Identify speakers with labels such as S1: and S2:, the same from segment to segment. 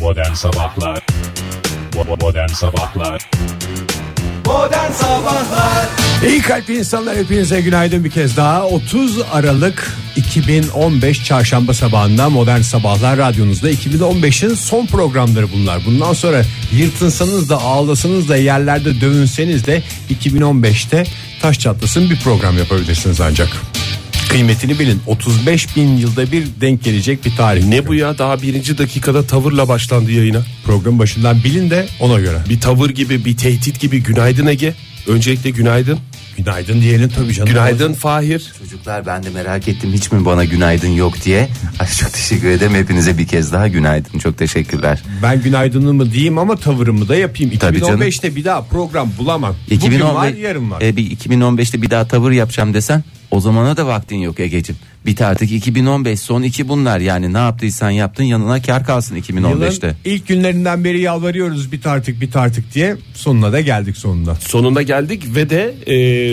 S1: Modern Sabahlar Bo- Modern Sabahlar
S2: Modern Sabahlar
S3: İyi kalp insanlar hepinize günaydın bir kez daha 30 Aralık 2015 Çarşamba sabahında Modern Sabahlar Radyonuzda 2015'in son programları bunlar Bundan sonra yırtınsanız da ağlasanız da yerlerde dövünseniz de 2015'te taş çatlasın bir program yapabilirsiniz ancak Kıymetini bilin 35 bin yılda bir denk gelecek bir tarih
S4: Ne bu ya daha birinci dakikada tavırla başlandı yayına.
S3: Programın başından bilin de ona göre
S4: Bir tavır gibi bir tehdit gibi günaydın Ege. Öncelikle günaydın.
S3: Günaydın diyelim tabii canım
S4: Günaydın Fahir.
S2: Çocuklar ben de merak ettim hiç mi bana günaydın yok diye Ay, Çok teşekkür ederim hepinize bir kez daha günaydın çok teşekkürler
S3: Ben günaydınımı diyeyim ama tavırımı da yapayım.
S2: Tabii canım.
S3: 2015'te bir daha program bulamam. Bugün var yarın var.
S2: E, bir 2015'te bir daha tavır yapacağım desen o zamana da vaktin yok Ege'cim Bit artık 2015 son iki bunlar yani ne yaptıysan yaptın yanına kar kalsın
S3: Yılın
S2: 2015'te
S3: ilk günlerinden beri yalvarıyoruz bit artık bit artık diye. Sonuna da geldik sonunda.
S4: Sonunda geldik ve de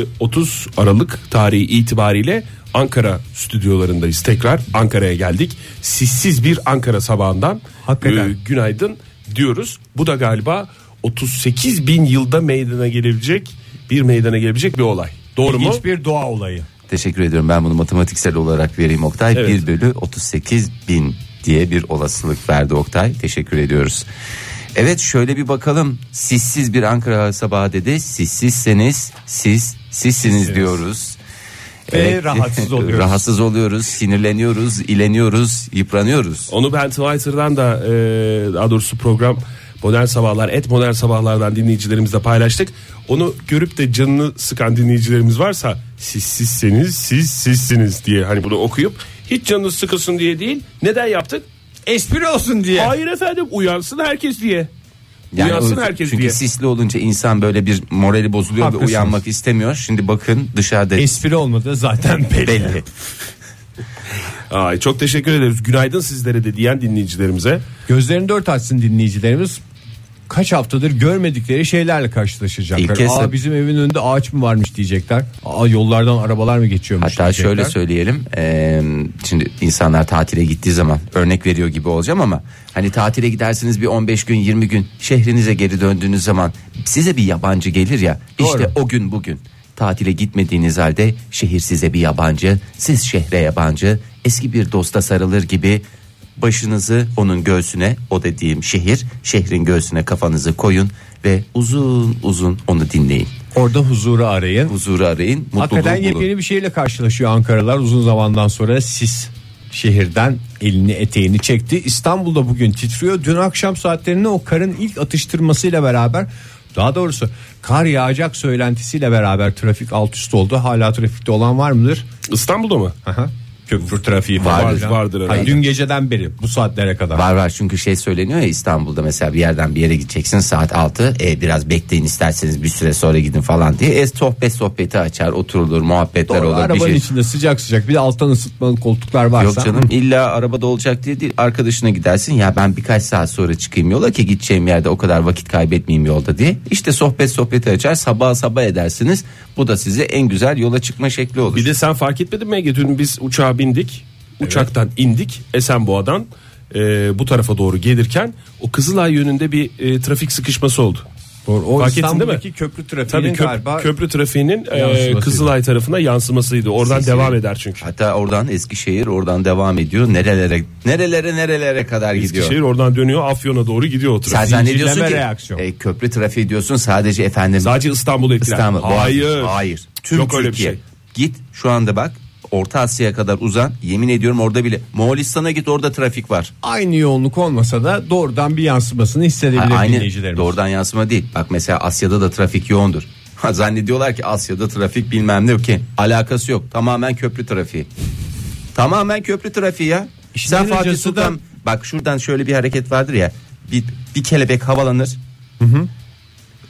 S4: e, 30 Aralık tarihi itibariyle Ankara stüdyolarındayız. Tekrar Ankara'ya geldik. Sissiz bir Ankara sabahından e,
S3: Hakikaten.
S4: günaydın diyoruz. Bu da galiba 38 bin yılda meydana gelebilecek bir meydana gelebilecek bir olay. Doğru mu?
S3: İlginç bir doğa olayı.
S2: Teşekkür ediyorum ben bunu matematiksel olarak vereyim Oktay
S4: Evet.
S2: 1 bölü 38 bin diye bir olasılık verdi Oktay teşekkür ediyoruz. Evet şöyle bir bakalım sissiz bir Ankara sabahı dedi sizsizseniz siz sizsiniz diyoruz.
S3: Ve rahatsız oluyoruz.
S2: rahatsız oluyoruz, sinirleniyoruz, ileniyoruz, yıpranıyoruz.
S4: Onu ben Twitter'dan da e, daha doğrusu program Modern Sabahlar et Modern Sabahlar'dan dinleyicilerimizle paylaştık. Onu görüp de canını sıkan dinleyicilerimiz varsa siz sizseniz siz sizsiniz diye hani bunu okuyup hiç canını sıkılsın diye değil. Neden yaptık?
S3: Espri olsun diye.
S4: Hayır efendim uyansın herkes diye.
S2: Yani
S4: uyansın
S2: o-
S4: herkes
S2: çünkü
S4: diye.
S2: sisli olunca insan böyle bir morali bozuluyor
S3: Haklısınız. E,
S2: ve uyanmak istemiyor. Şimdi bakın dışarıda
S3: Espri olmadı zaten belli.
S2: belli.
S4: Ay çok teşekkür ederiz. Günaydın sizlere de diyen dinleyicilerimize.
S3: Gözlerini dört açsın dinleyicilerimiz. Kaç haftadır görmedikleri şeylerle karşılaşacaklar.
S2: İlk kez-
S3: Aa bizim evin önünde ağaç mı varmış diyecekler. Aa yollardan arabalar mı geçiyormuş
S2: Hatta
S3: diyecekler.
S2: şöyle söyleyelim. eee, şimdi insanlar tatile gittiği zaman örnek veriyor gibi olacağım ama hani tatile gidersiniz bir 15 gün 20 gün şehrinize geri döndüğünüz zaman size bir yabancı gelir ya. İşte o gün bugün tatile gitmediğiniz halde şehir size bir yabancı, siz şehre yabancı. Eski bir dosta sarılır gibi başınızı onun göğsüne, o dediğim şehir, şehrin göğsüne kafanızı koyun ve uzun uzun onu dinleyin.
S3: Orada huzuru arayın.
S2: Huzuru arayın,
S3: Hakikaten
S2: mutluluğu bulun.
S3: yepyeni bir şeyle karşılaşıyor Ankaralar uzun zamandan sonra sis şehirden elini eteğini çekti. İstanbul'da bugün titriyor. Dün akşam saatlerinde o karın ilk atıştırmasıyla beraber daha doğrusu kar yağacak söylentisiyle beraber trafik alt üst oldu. Hala trafikte olan var mıdır?
S4: İstanbul'da mı?
S3: Aha. Köprü trafiği
S2: Vardır,
S3: falan filan.
S4: vardır herhalde.
S3: Hayır, dün geceden beri bu saatlere kadar.
S2: Var var çünkü şey söyleniyor ya İstanbul'da mesela bir yerden bir yere gideceksin saat 6 e, biraz bekleyin isterseniz bir süre sonra gidin falan diye e, sohbet sohbeti açar oturulur muhabbetler
S3: Doğru,
S2: olur bir
S3: arabanın
S2: şey.
S3: içinde sıcak sıcak bir de alttan ısıtmalı koltuklar varsa.
S2: Yok canım illa arabada olacak diye değil arkadaşına gidersin ya ben birkaç saat sonra çıkayım yola ki gideceğim yerde o kadar vakit kaybetmeyeyim yolda diye. İşte sohbet sohbeti açar sabah sabah edersiniz bu da size en güzel yola çıkma şekli olur.
S4: Bir de sen fark etmedin mi Ege? Dün biz uçağa bindik. Uçaktan indik Esenboğa'dan e, bu tarafa doğru gelirken o Kızılay yönünde bir e, trafik sıkışması oldu.
S3: Doğru, o
S4: Fark ettin değil mi?
S3: İstanbul'daki köprü
S4: Tabii
S3: trafiğinin
S4: köp-
S3: galiba
S4: köprü trafiğinin e,
S3: Yansımasıydı.
S4: Kızılay tarafına yansımasıydı. Oradan
S2: Sesini-
S4: devam eder çünkü.
S2: Hatta oradan Eskişehir oradan devam ediyor nerelere nerelere nerelere kadar gidiyor.
S4: Eskişehir oradan dönüyor Afyon'a doğru gidiyor o
S2: E, Sen
S4: trafik.
S2: zannediyorsun ki
S3: reaksiyon.
S2: e, köprü trafiği diyorsun sadece efendim
S4: Sadece İstanbul'u etkiler.
S2: İstanbul.
S4: Hayır.
S2: Hayır. Tüm
S4: Yok öyle bir
S2: Türkiye.
S4: şey.
S2: Git şu anda bak Orta Asya'ya kadar uzan. Yemin ediyorum orada bile. Moğolistan'a git orada trafik var.
S3: aynı yoğunluk olmasa da doğrudan bir yansımasını hissedebilir
S2: Ha,
S3: dinleyicilerimiz.
S2: doğrudan yansıma değil. Bak mesela Asya'da da trafik yoğundur. Ha, Zannediyorlar ki Asya'da trafik bilmem ne ki alakası yok. Tamamen köprü trafiği. Tamamen köprü trafiği ya.
S3: İşin
S2: Sen
S3: en
S2: Fatih
S3: acısı da-
S2: Sultan bak şuradan şöyle bir hareket vardır ya. Bir, bir kelebek havalanır.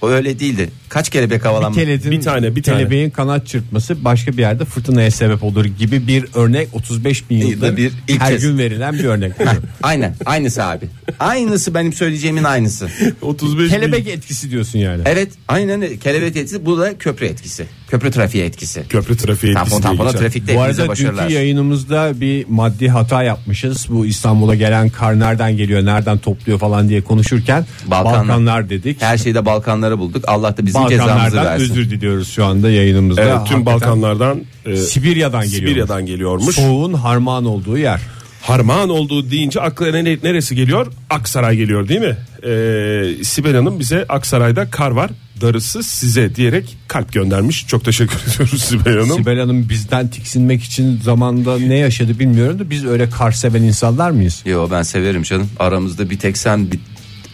S2: O öyle değildi. Kaç kelebek havalanmış?
S3: Keledin,
S4: Bir tane, bir tane.
S3: kelebeğin kanat çırpması başka bir yerde fırtınaya sebep olur gibi bir örnek 35 bin yılda
S2: Yılda
S3: bir
S2: bir ilk
S3: her
S2: kez.
S3: gün verilen bir örnek.
S2: Aynen aynısı abi. Aynısı benim söyleyeceğimin aynısı.
S4: 35 bin-
S3: Kelebek etkisi diyorsun yani.
S2: Evet aynen öyle. kelebek etkisi bu da köprü etkisi. Köprü trafiği etkisi.
S4: Köprü trafiği
S2: Tampon
S4: etkisi diye
S2: tampona
S4: geçer.
S2: trafikte
S3: Bu
S2: hepinize
S3: arada
S2: başarılar.
S3: dünkü yayınımızda bir maddi hata yapmışız. Bu İstanbul'a gelen kar nereden geliyor, nereden topluyor falan diye konuşurken
S2: Balkanlar.
S3: Balkanlar, dedik.
S2: Her şeyde Balkanları bulduk. Allah da bizim cezamızı
S3: Balkanlardan
S2: versin.
S3: özür diliyoruz şu anda yayınımızda.
S4: Evet, tüm
S3: Hakikaten
S4: Balkanlardan
S2: Ee,
S4: e,
S3: Sibirya'dan geliyor.
S4: Sibirya'dan geliyormuş.
S3: Soğuğun harman olduğu yer.
S4: Harman olduğu deyince aklına ne- neresi geliyor? Aksaray geliyor değil mi? Ee, Sibel Hanım bize Aksaray'da kar var darısı size diyerek kalp göndermiş. Çok teşekkür ediyoruz Sibel Hanım.
S3: Sibel Hanım bizden tiksinmek için zamanda ne yaşadı bilmiyorum da biz öyle kar seven insanlar mıyız?
S2: Yo ben severim canım. Aramızda bir tek sen bir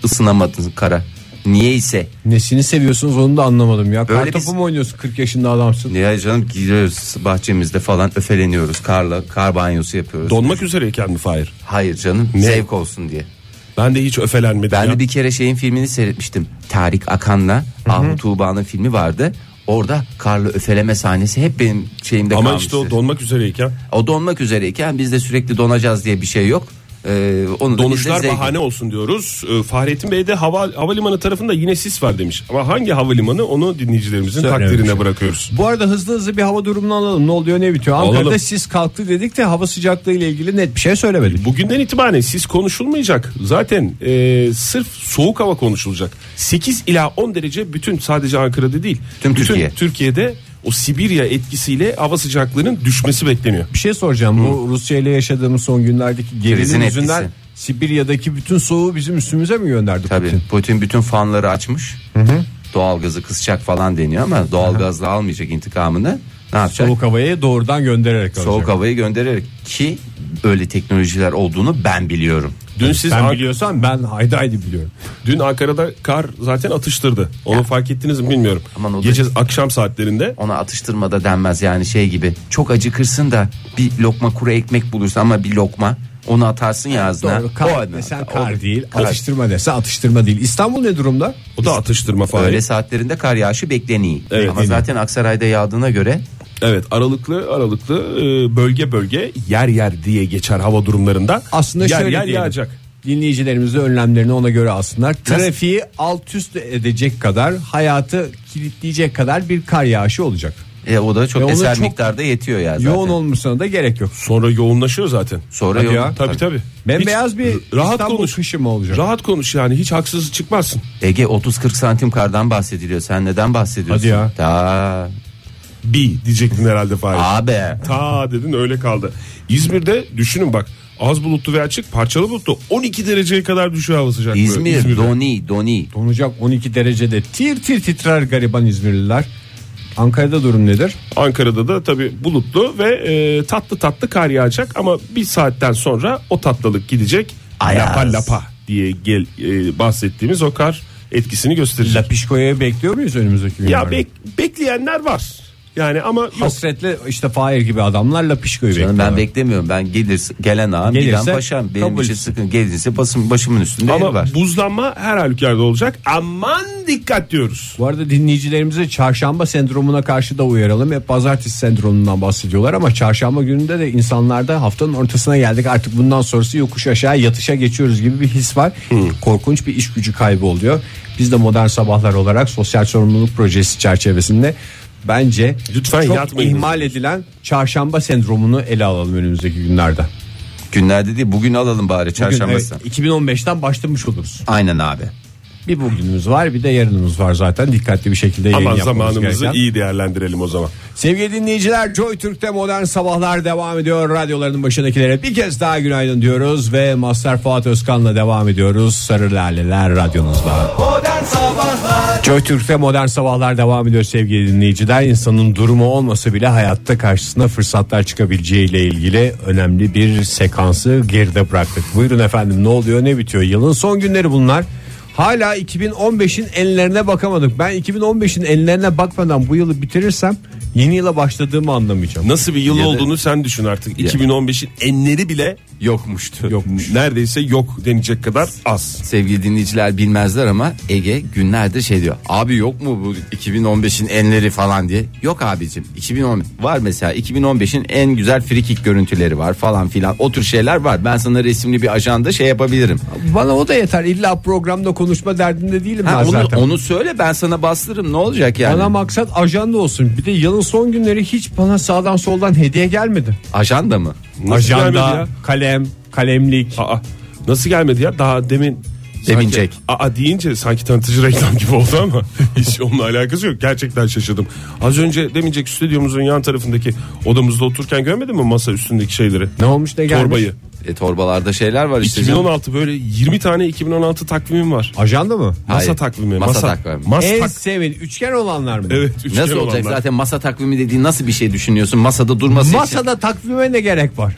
S2: ısınamadın kara. Niyeyse.
S3: Nesini seviyorsunuz onu da anlamadım ya.
S2: Böyle
S3: Kartopu
S2: biz-
S3: mu oynuyorsun 40 yaşında adamsın?
S2: Ya canım gidiyoruz bahçemizde falan öfeleniyoruz. Karla kar banyosu yapıyoruz.
S4: Donmak üzereyken mi Fahir?
S2: Hayır canım zevk olsun diye.
S4: Ben de hiç öfelenmedim
S2: Ben
S4: ya.
S2: de bir kere şeyin filmini seyretmiştim. Tarık Akan'la Ahu Tuğba'nın filmi vardı. Orada karlı öfeleme sahnesi hep benim şeyimde
S4: Ama
S2: kalmıştır.
S4: işte o donmak üzereyken
S2: O donmak üzereyken biz de sürekli donacağız diye bir şey yok. Ee, onu da biz
S4: donuşlar
S2: de zevk-
S4: bahane olsun diyoruz. Ee, Fahrettin Bey de hava, havalimanı tarafında yine sis var demiş. Ama hangi havalimanı onu dinleyicilerimizin
S3: Söylememiş.
S4: takdirine bırakıyoruz.
S3: Bu arada hızlı hızlı bir hava durumunu alalım. Ne oluyor ne bitiyor? Ankara'da
S4: Alalım.
S3: sis kalktı dedik de hava sıcaklığı ile ilgili net bir şey söylemedik.
S4: Bugünden itibaren sis konuşulmayacak. Zaten e, sırf soğuk hava konuşulacak. 8 ila 10 derece bütün sadece Ankara'da değil.
S2: Tüm
S4: bütün
S2: Türkiye.
S4: Türkiye'de o Sibirya etkisiyle hava sıcaklığının düşmesi bekleniyor.
S3: Bir şey soracağım. Bu Rusya ile yaşadığımız son günlerdeki
S2: Krizin
S3: gerilim
S2: etkisi.
S3: yüzünden Sibirya'daki bütün soğuğu bizim üstümüze mi gönderdi
S2: Tabii
S3: Putin?
S2: Putin bütün fanları açmış. Doğalgazı kısacak falan deniyor ama doğalgazla almayacak intikamını. Ne yapacak?
S3: Soğuk havayı doğrudan göndererek alacak.
S2: Soğuk havayı göndererek ki öyle teknolojiler olduğunu ben biliyorum.
S4: Dün siz
S3: Sen
S4: Ank-
S3: biliyorsan ben haydi haydi biliyorum.
S4: dün Ankara'da kar zaten atıştırdı. Onu fark ettiniz mi bilmiyorum.
S2: Aman o da-
S4: Gece akşam saatlerinde
S2: Ona atıştırmada denmez yani şey gibi. Çok acıkırsın da bir lokma kuru ekmek bulursun ama bir lokma onu atarsın ya ağzına.
S3: Doğru
S2: O
S3: kar
S2: adına-
S3: desen
S2: o-
S3: kar değil. Atıştırma dese atıştırma değil. İstanbul ne durumda?
S4: o da atıştırma falan.
S2: Öğle saatlerinde kar yağışı bekleniyor.
S4: Evet,
S2: ama
S4: iyi.
S2: zaten Aksaray'da yağdığına göre
S4: Evet aralıklı aralıklı e, bölge bölge yer yer diye geçer hava durumlarında.
S3: Aslında
S4: yer
S3: şöyle
S4: yer
S3: diyelim.
S4: yağacak.
S3: Dinleyicilerimiz de önlemlerini ona göre alsınlar. Trafiği alt üst edecek kadar, hayatı kilitleyecek kadar bir kar yağışı olacak.
S2: e, o da çok
S3: E, onu
S2: eser
S3: çok
S2: miktarda yetiyor ya zaten.
S3: Yoğun olmasına da gerek yok.
S4: Sonra yoğunlaşıyor zaten.
S2: Sonra
S3: Hadi
S2: yoğun.
S3: ya.
S4: Tabii tabii.
S3: Bembeyaz
S4: Hiç-
S3: bir
S4: rahat
S3: İstanbul
S4: konuş.
S3: kışı mı olacak?
S4: Rahat konuş yani hiç haksız çıkmazsın.
S2: Ege 30-40 santim kardan bahsediliyor. Sen neden bahsediyorsun?
S3: Hadi ya.
S2: Ta,
S4: Bir diyecektin herhalde Fahir.
S2: abi.
S4: Ta dedin öyle kaldı. İzmir'de düşünün bak az bulutlu ve açık parçalı bulutlu 12 dereceye kadar düşüyor hava sıcaklığı.
S2: İzmir,
S4: İzmir'de.
S2: Doni, Doni.
S3: Donacak 12 derecede tir tir titrer gariban İzmirliler. Ankara'da durum nedir?
S4: Ankara'da da tabii bulutlu ve e, tatlı tatlı kar yağacak ama bir saatten sonra o tatlılık gidecek.
S2: Ayaz.
S4: Lapa lapa diye gel, e, bahsettiğimiz o kar etkisini gösterecek.
S3: Lapişko'ya bekliyor muyuz önümüzdeki günlerde?
S4: ya bek, bekleyenler var. Yani ama yok.
S3: Hasretle işte Fahir gibi adamlar Lapişko'yu
S2: Canım
S3: bekliyor.
S2: ben beklemiyorum. Ben gelir gelen ağam
S3: Gelirse
S2: giden paşam. Benim
S3: kabul.
S2: için sıkın. Gelirse basın, başımın üstünde
S4: ama
S2: yeri var.
S4: buzlanma her halükarda olacak. Aman dikkat diyoruz.
S3: Bu arada dinleyicilerimizi çarşamba sendromuna karşı da uyaralım. Hep pazartesi sendromundan bahsediyorlar ama çarşamba gününde de insanlarda haftanın ortasına geldik. Artık bundan sonrası yokuş aşağı yatışa geçiyoruz gibi bir his var. Korkunç bir iş gücü kaybı oluyor. Biz de modern sabahlar olarak sosyal sorumluluk projesi çerçevesinde bence
S4: Lütfen
S3: çok
S4: yatmayın.
S3: ihmal edilen çarşamba sendromunu ele alalım önümüzdeki günlerde. Bugün,
S2: Günlerde değil bugün alalım bari çarşambası.
S3: evet, 2015'ten başlamış oluruz.
S2: Aynen abi.
S3: Bir bugünümüz var bir de yarınımız var zaten dikkatli bir şekilde yayın
S4: Ama
S3: yapmamız
S4: zamanımızı
S3: gereken.
S4: iyi değerlendirelim o zaman.
S3: Sevgili dinleyiciler Joy Türk'te modern sabahlar devam ediyor. Radyoların başındakilere bir kez daha günaydın diyoruz ve Master Fuat Özkan'la devam ediyoruz. Sarı Laleler radyonuzda. Joy Türk'te modern sabahlar devam ediyor sevgili dinleyiciler. İnsanın durumu olmasa bile hayatta karşısına fırsatlar çıkabileceği ile ilgili önemli bir sekansı geride bıraktık. Buyurun efendim ne oluyor ne bitiyor? Yılın son günleri bunlar. Hala 2015'in enlerine bakamadık. Ben 2015'in enlerine bakmadan bu yılı bitirirsem yeni yıla başladığımı anlamayacağım.
S4: Nasıl bir yıl
S2: Ya da-
S4: olduğunu sen düşün artık.
S2: Ya.
S4: 2015'in enleri bile
S2: yokmuştu.
S4: Yokmuş. Neredeyse yok denecek kadar az.
S2: Sevgili dinleyiciler bilmezler ama Ege günlerdir şey diyor. Abi yok mu bu 2015'in enleri falan diye. Yok abicim. 2010 var mesela 2015'in en güzel frikik görüntüleri var falan filan. O tür şeyler var. Ben sana resimli bir ajanda şey yapabilirim.
S3: Bana o da yeter. İlla programda konuşma derdinde değilim
S2: Ha,
S3: ben
S2: onu,
S3: zaten.
S2: onu söyle ben sana bastırırım ne olacak yani.
S3: Bana maksat ajanda olsun. Bir de yılın son günleri hiç bana sağdan soldan hediye gelmedi.
S2: Ajanda mı?
S4: Nasıl gelmedi ya?
S3: kalem, kalemlik.
S4: Aa, nasıl gelmedi ya? Daha demin
S2: Deminecek.
S4: Sanki, aa deyince sanki tanıtıcı reklam gibi oldu ama hiç onunla alakası yok. Gerçekten şaşırdım. Az önce demincek stüdyomuzun yan tarafındaki odamızda otururken görmedin mi masa üstündeki şeyleri?
S3: Ne olmuş ne gelmiş?
S4: Torbayı.
S2: E, torbalarda şeyler var işte.
S4: 2016 böyle 20 tane 2016 takvimim var.
S3: Ajanda mı?
S4: Masa
S2: Hayır,
S4: takvimi.
S2: masa takvimi.
S4: Mas
S3: En
S4: tak-
S3: sevin üçgen olanlar mı?
S4: evet. üçgen
S2: Nasıl olacak
S4: olanlar.
S2: zaten masa takvimi dediğin nasıl bir şey düşünüyorsun? Masada durması için.
S3: Masada takvime ne gerek var?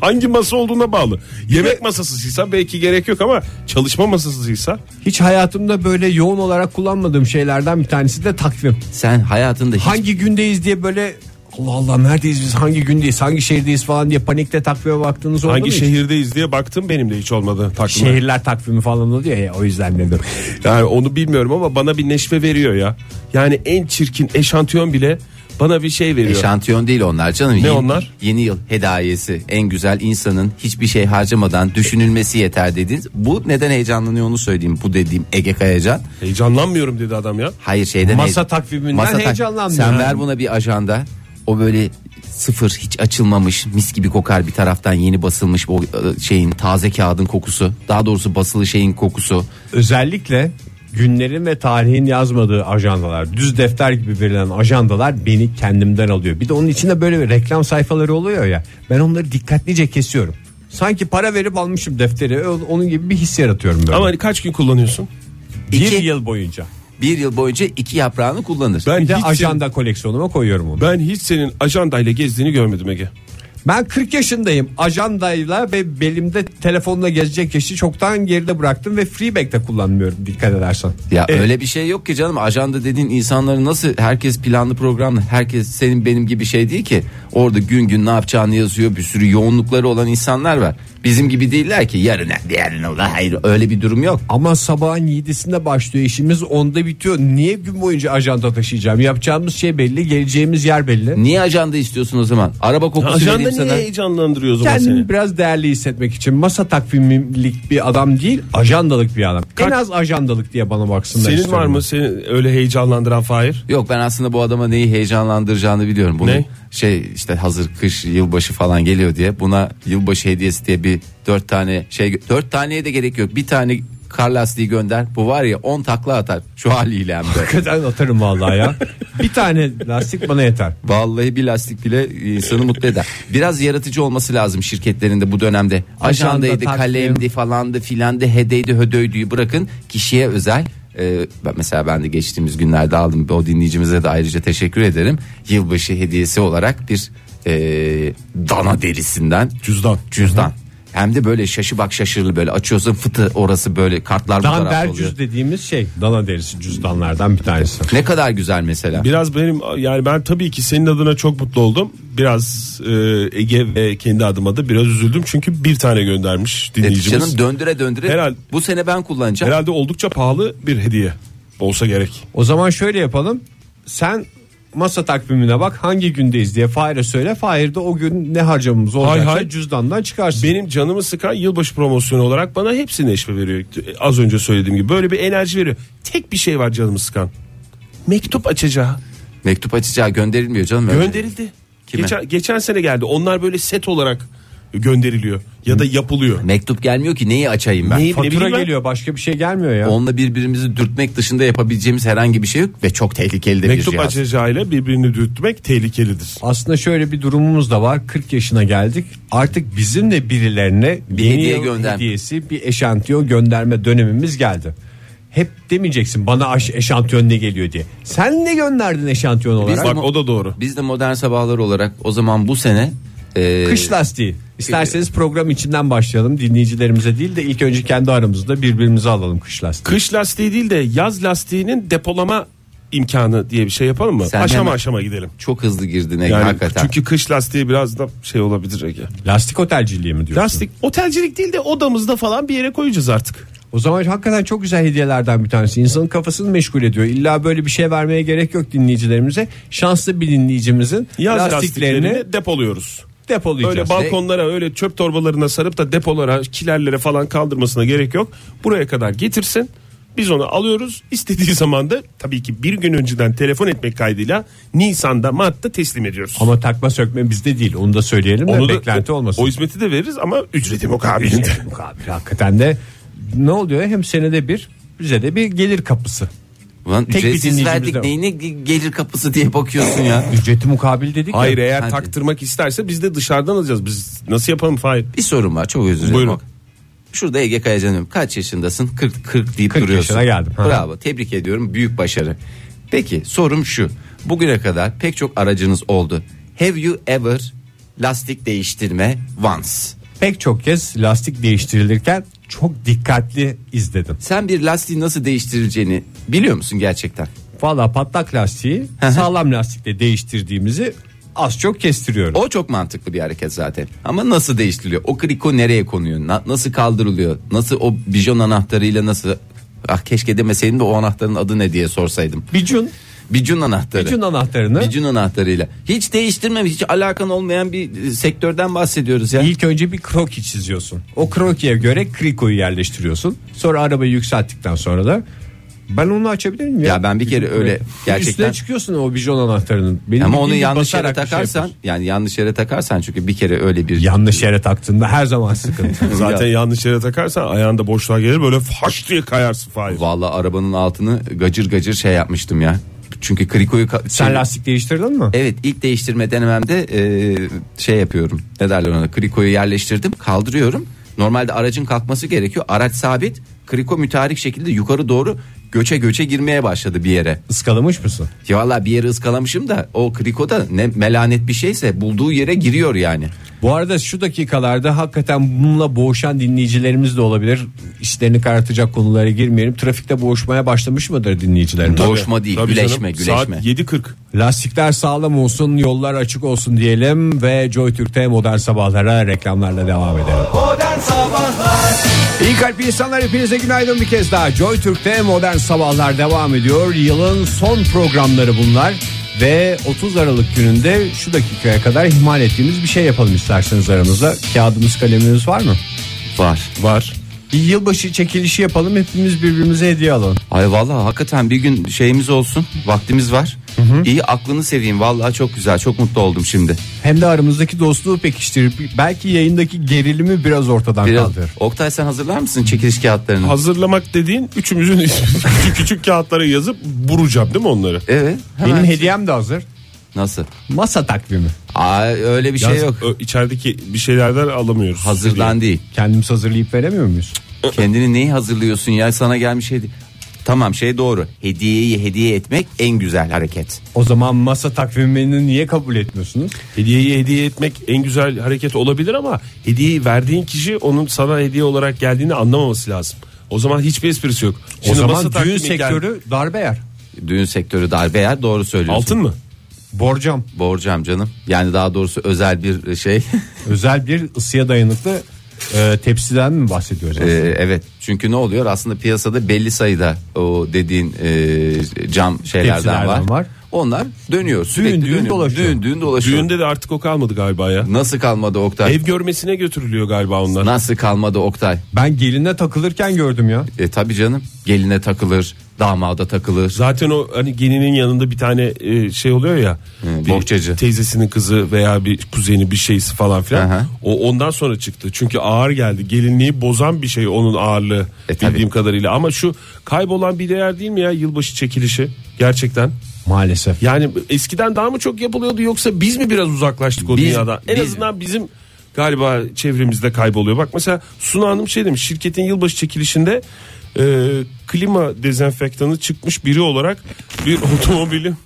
S4: Hangi masa olduğuna bağlı. Yemek masasıysa belki gerek yok ama çalışma masasıysa
S3: Hiç hayatımda böyle yoğun olarak kullanmadığım şeylerden bir tanesi de takvim.
S2: Sen hayatında hiç
S3: Hangi gündeyiz diye böyle Allah Allah neredeyiz biz hangi gündeyiz hangi şehirdeyiz falan diye panikle takvime baktığınız oldu mu
S4: hangi
S3: hiç?
S4: şehirdeyiz diye baktım benim de hiç olmadı takvime.
S3: Şehirler takvimi falan oluyor ya o yüzden dedim.
S4: Yani onu bilmiyorum ama bana bir neşve veriyor ya. Yani en çirkin eşantiyon bile bana bir şey veriyor.
S2: Eşantiyon değil onlar canım. Ne
S4: onlar?
S2: Yeni yıl hedayesi. En güzel insanın hiçbir şey harcamadan düşünülmesi yeter dediğiniz. Bu neden heyecanlanıyor onu söyleyeyim. Bu dediğim Ege Kayacan.
S4: Heyecanlanmıyorum dedi adam ya.
S2: Hayır şeyden
S3: Masa
S2: heyecan-
S3: takviminden
S2: tak-
S3: heyecanlanmıyor.
S2: Sen
S3: Yani.
S2: ver buna bir ajanda. O böyle sıfır hiç açılmamış mis gibi kokar bir taraftan yeni basılmış bu e, şeyin taze kağıdın kokusu. Daha doğrusu basılı şeyin kokusu.
S3: Özellikle günlerin ve tarihin yazmadığı ajandalar, düz defter gibi verilen ajandalar beni kendimden alıyor. Bir de onun içinde böyle bir reklam sayfaları oluyor ya. Ben onları dikkatlice kesiyorum. Sanki para verip almışım defteri. o- Onun gibi bir his yaratıyorum böyle.
S4: Ama hani kaç gün kullanıyorsun?
S3: bir
S2: İki-
S3: yıl boyunca.
S2: Bir yıl boyunca iki yaprağını kullanır.
S4: Ben
S3: Bir de
S4: hiç
S3: ajanda koleksiyonuma koyuyorum onu.
S4: senin, ben hiç senin ajandayla gezdiğini görmedim Ege.
S3: Ben 40 yaşındayım. Ajandayla ve belimde telefonla gezecek yaşı çoktan geride bıraktım ve freeback'te kullanmıyorum dikkat edersen. E,
S2: Ya öyle bir şey yok ki canım ajanda dediğin insanların nasıl herkes planlı programlı herkes senin benim gibi şey değil ki orada gün gün ne yapacağını yazıyor bir sürü yoğunlukları olan insanlar var bizim gibi değiller ki yarına yarın olur hayır öyle bir durum yok
S3: Ama sabahın 7'sinde başlıyor işimiz onda bitiyor. Niye gün boyunca ajanda taşıyacağım? Yapacağımız şey belli, geleceğimiz yer belli.
S2: niye ajanda istiyorsun o zaman araba kokusu
S4: Ajanda niye
S2: vereyim sana
S4: heyecanlandırıyor o zaman seni?
S3: Kendimi biraz değerli hissetmek için masa takvimlik bir adam değil, ajandalık bir adam. En az ajandalık diye bana baksınlar.
S4: Senin
S3: istiyorum.
S4: var mı seni öyle heyecanlandıran Fahir?
S2: yok ben aslında bu adama neyi heyecanlandıracağını biliyorum bunu
S4: Ne?
S2: şey işte hazır kış yılbaşı falan geliyor diye buna yılbaşı hediyesi diye bir dört tane şey dört taneye de gerek yok bir tane kar lastiği gönder bu var ya 10 takla atar şu haliyle hem de.
S3: Hakikaten atarım vallahi ya. bir tane lastik bana yeter.
S2: Vallahi bir lastik bile insanı mutlu eder. Biraz yaratıcı olması lazım şirketlerinde bu dönemde.
S3: Ajanda,
S2: Ajandaydı,
S3: takvim.
S2: kalemdi falandı filandı, hedeydi, hödöydüyü bırakın kişiye özel. e, ben- mesela ben de geçtiğimiz günlerde aldım. O dinleyicimize de ayrıca teşekkür ederim. Yılbaşı hediyesi olarak bir e, dana derisinden
S4: Cüzdan.
S2: cüzdan. Hem de böyle şaşı bak şaşırılı böyle açıyorsun fıtı orası böyle kartlar bu tarafta
S3: Dander
S2: oluyor.
S3: cüz dediğimiz şey dana derisi cüzdanlardan bir tanesi.
S2: Ne kadar güzel mesela.
S4: Biraz benim yani ben tabii ki senin adına çok mutlu oldum. Biraz e, Ege ve kendi adıma da biraz üzüldüm. Çünkü bir tane göndermiş
S2: Evet,
S4: dinleyicimiz.
S2: E, canım döndüre döndüre
S4: Herhalde-
S2: bu sene ben kullanacağım.
S4: Herhalde oldukça pahalı bir hediye olsa gerek.
S3: O zaman şöyle yapalım. Sen masa takvimine bak hangi gündeyiz diye Fahir'e söyle. Fahir de o gün ne harcamamız olacaksa
S4: Hay hay.
S3: cüzdandan çıkarsın.
S4: Benim canımı sıkan yılbaşı promosyonu olarak bana hepsi neşve veriyor. Az önce söylediğim gibi böyle bir enerji veriyor. Tek bir şey var canımı sıkan. Mektup açacağı.
S2: Mektup açacağı gönderilmiyor canım. öyle.
S4: Gönderildi.
S2: Kime?
S4: Geçen, geçen sene geldi. Onlar böyle set olarak gönderiliyor ya da yapılıyor.
S2: Mektup gelmiyor ki neyi açayım ben?
S4: Neyi- ne
S3: Fatura
S4: bileyim ben?
S3: geliyor başka bir şey gelmiyor ya.
S2: Onunla birbirimizi dürtmek dışında yapabileceğimiz herhangi bir şey yok ve çok tehlikeli de bir
S4: Mektup
S2: cihaz.
S4: açacağıyla birbirini dürtmek tehlikelidir.
S3: Aslında şöyle bir durumumuz da var. 40 yaşına geldik. Artık bizim de birilerine bir
S2: hediye
S3: hediye
S2: gönder-
S3: hediyesi bir eşantiyon gönderme dönemimiz geldi. Hep demeyeceksin bana aş- eşantiyon ne geliyor diye. Sen ne gönderdin eşantiyon olarak?
S4: Bak o da doğru.
S2: Biz de modern sabahlar olarak o zaman bu sene e,
S3: Kış lastiği. İsterseniz program içinden başlayalım. Dinleyicilerimize değil de ilk önce kendi aramızda birbirimize alalım kış lastiği.
S4: Kış lastiği değil de yaz lastiğinin depolama imkanı diye bir şey yapalım mı?
S2: Sen
S4: aşama
S2: hemen-
S4: aşama gidelim.
S2: Çok hızlı girdin Ege
S4: Yani
S2: hakikaten.
S4: çünkü kış lastiği biraz da şey olabilir Ege.
S3: Lastik otelciliği mi diyorsun?
S4: Lastik otelcilik değil de odamızda falan bir yere koyacağız artık.
S3: O zaman hakikaten çok güzel hediyelerden bir tanesi. İnsanın kafasını meşgul ediyor. İlla böyle bir şey vermeye gerek yok dinleyicilerimize. Şanslı bir dinleyicimizin
S4: Yaz
S3: lastiklerini,
S4: lastiklerini, depoluyoruz. Öyle
S3: depolayacağız.
S4: balkonlara öyle çöp torbalarına sarıp da depolara kilerlere falan kaldırmasına gerek yok. Buraya kadar getirsin. Biz onu alıyoruz. İstediği zaman da tabii ki bir gün önceden telefon etmek kaydıyla Nisan'da Mart'ta teslim ediyoruz.
S3: Ama takma sökme bizde değil. Onu da söyleyelim de
S4: Onu da-
S3: beklenti olmasın.
S4: O hizmeti de veririz ama ücreti mukabilinde.
S3: Abi hakikaten de ne oluyor? Hem senede bir bize de bir gelir kapısı.
S2: Ulan
S3: bir
S2: ücretsiz
S3: dinleyicimiz de
S2: verdik
S3: var.
S2: neyine ge- gelir kapısı diye bakıyorsun ya.
S3: Ücreti mukabil dedik
S4: Hayır
S3: ya.
S4: eğer
S2: Hadi.
S4: taktırmak isterse biz de dışarıdan alacağız. Biz nasıl yapalım Fahir?
S2: Bir sorum var çok özür dilerim.
S4: Buyurun.
S2: Bak, Şurada Ege Kayacan diyorum. Kaç yaşındasın? 40 40 deyip
S3: 40
S2: duruyorsun.
S3: yaşına geldim. Ha.
S2: Bravo. Tebrik ediyorum. Büyük başarı. Peki sorum şu. Bugüne kadar pek çok aracınız oldu. Have you ever lastik değiştirme once?
S3: Pek çok kez lastik değiştirilirken çok dikkatli izledim.
S2: Sen bir lastiği nasıl değiştirileceğini biliyor musun gerçekten?
S3: Valla patlak lastiği sağlam lastikle değiştirdiğimizi az çok kestiriyorum.
S2: O çok mantıklı bir hareket zaten. Ama nasıl değiştiriliyor? O kriko nereye konuyor? Na- nasıl kaldırılıyor? Nasıl o bijon anahtarıyla nasıl? Ah keşke demeseydim de o anahtarın adı ne diye sorsaydım.
S3: Bicun,
S2: Bicun anahtarı.
S3: bicun anahtarını
S2: Bicun anahtarıyla. Hiç değiştirmemiş, hiç alakan olmayan bir e, sektörden bahsediyoruz ya.
S3: ilk önce bir kroki çiziyorsun. O krokiye göre krikoyu yerleştiriyorsun. Sonra arabayı yükselttikten sonra da ben onu açabilir miyim ya?
S2: Ya ben bir kere öyle gerçekten-
S3: Üstüne çıkıyorsun o bijon anahtarının. Benim
S2: Ama onu
S3: bildiğim
S2: yanlış yere
S3: basarak bir şey
S2: takarsan,
S3: yapıyorsun.
S2: yani yanlış yere takarsan çünkü bir kere öyle bir
S3: yanlış yere taktığında her zaman sıkıntı.
S4: Zaten
S2: Ya.
S4: yanlış yere takarsan ayağında boşluğa gelir böyle faş diye kayarsın Fahir.
S2: Vallahi arabanın altını gacır gacır şey yapmıştım ya. Çünkü krikoyu ka-
S3: Sen
S2: şey-
S3: lastik değiştirdin mi?
S2: Evet ilk değiştirme denememde e, şey yapıyorum. Ne derler ona? Krikoyu yerleştirdim, kaldırıyorum. Normalde aracın kalkması gerekiyor. Araç sabit. Kriko mütarik şekilde yukarı doğru göçe göçe girmeye başladı bir yere.
S3: Iskalamış mısın?
S2: Ya valla bir yere ıskalamışım da o krikoda ne melanet bir şeyse bulduğu yere giriyor yani.
S3: Bu arada şu dakikalarda hakikaten bununla boğuşan dinleyicilerimiz de olabilir. İşlerini karartacak konulara girmeyelim. Trafikte boğuşmaya başlamış mıdır dinleyicilerimiz?
S2: Boğuşma değil,
S4: Tabii canım.
S2: güleşme, güleşme.
S4: Saat 7.40.
S3: Lastikler sağlam olsun, yollar açık olsun diyelim ve Joy Türk'te modern sabahlara reklamlarla devam edelim. İyi kalp insanlar hepinize günaydın bir kez daha. Joy Türk'te modern sabahlar devam ediyor. Yılın son programları bunlar. Ve 30 Aralık gününde şu dakikaya kadar ihmal ettiğimiz bir şey yapalım isterseniz aramızda. Kağıdımız kalemimiz var mı?
S2: Var.
S4: Var.
S3: Bir yılbaşı çekilişi yapalım hepimiz birbirimize hediye alalım.
S2: Ay valla hakikaten bir gün şeyimiz olsun. Vaktimiz var. İyi aklını seveyim. Valla çok güzel. Çok mutlu oldum şimdi.
S3: Hem de aramızdaki dostluğu pekiştirip belki yayındaki gerilimi biraz ortadan
S2: Biraz-
S3: kaldır.
S2: Oktay sen hazırlar mısın çekiliş kağıtlarını?
S4: Hazırlamak dediğin üçümüzün ismini küçük küçük kağıtlara yazıp vuracağım değil mi onları?
S2: evet.
S3: Benim
S2: hemen.
S3: hediyem de hazır.
S2: Nasıl?
S3: Masa takvimi.
S2: Aa, öyle bir şey
S4: Yaz-
S2: yok.
S4: Ö, İçerideki bir şeylerden alamıyoruz.
S2: Hazırlan değil.
S3: Kendimiz hazırlayıp veremiyor muyuz?
S2: Kendini neyi hazırlıyorsun ya? Sana gelmiş hediye. Tamam şey doğru. Hediyeyi hediye etmek en güzel hareket.
S3: O zaman masa takvimini niye kabul etmiyorsunuz?
S4: Hediyeyi hediye etmek en güzel hareket olabilir ama hediyeyi verdiğin kişi onun sana hediye olarak geldiğini anlamaması lazım. O zaman hiçbir esprisi yok.
S3: O
S4: Şimdi masa
S3: zaman düğün
S4: takvimi
S3: sektörü
S4: geldi.
S3: darbe yer.
S2: Düğün sektörü darbe yer doğru söylüyorsun.
S4: altın mı?
S3: Borcam.
S2: Borcam canım. Yani daha doğrusu özel bir şey.
S3: Özel bir ısıya dayanıklı e, tepsiden mi bahsediyoruz?
S4: E-
S2: Ee, evet. Çünkü ne oluyor? Aslında piyasada belli sayıda o dediğin e, cam şeylerden
S3: Tepsilerden
S2: var.
S3: var.
S2: Onlar dönüyor. Sürekli
S3: düğün
S2: dönüyor.
S3: dolaşıyor.
S2: Düğün düğün dolaşıyor.
S4: Düğünde de artık o kalmadı galiba ya.
S2: Nasıl kalmadı Oktay?
S4: Ev görmesine götürülüyor galiba onlar.
S2: Nasıl kalmadı Oktay?
S3: Ben geline takılırken gördüm ya.
S2: E tabi canım. Geline takılır, damada takılır.
S4: Zaten o hani gelinin yanında bir tane e, şey oluyor ya.
S2: Hı,
S4: bir
S2: bohçacı.
S4: Teyzesinin kızı veya bir kuzeni bir şeysi falan filan.
S2: Aha.
S4: O ondan sonra çıktı. Çünkü ağır geldi. Gelinliği bozan bir şey onun ağırlığı
S2: E, tabii.
S4: bildiğim kadarıyla. Ama şu kaybolan bir değer değil mi ya yılbaşı çekilişi? Gerçekten.
S3: Maalesef.
S4: Yani eskiden daha mı çok yapılıyordu yoksa biz mi biraz uzaklaştık o
S2: Biz-
S4: dünyadan? En
S2: biz-
S4: azından bizim galiba çevremizde kayboluyor. Bak mesela Suna Hanım şey demiş şirketin yılbaşı çekilişinde e, klima dezenfektanı çıkmış biri olarak bir otomobilim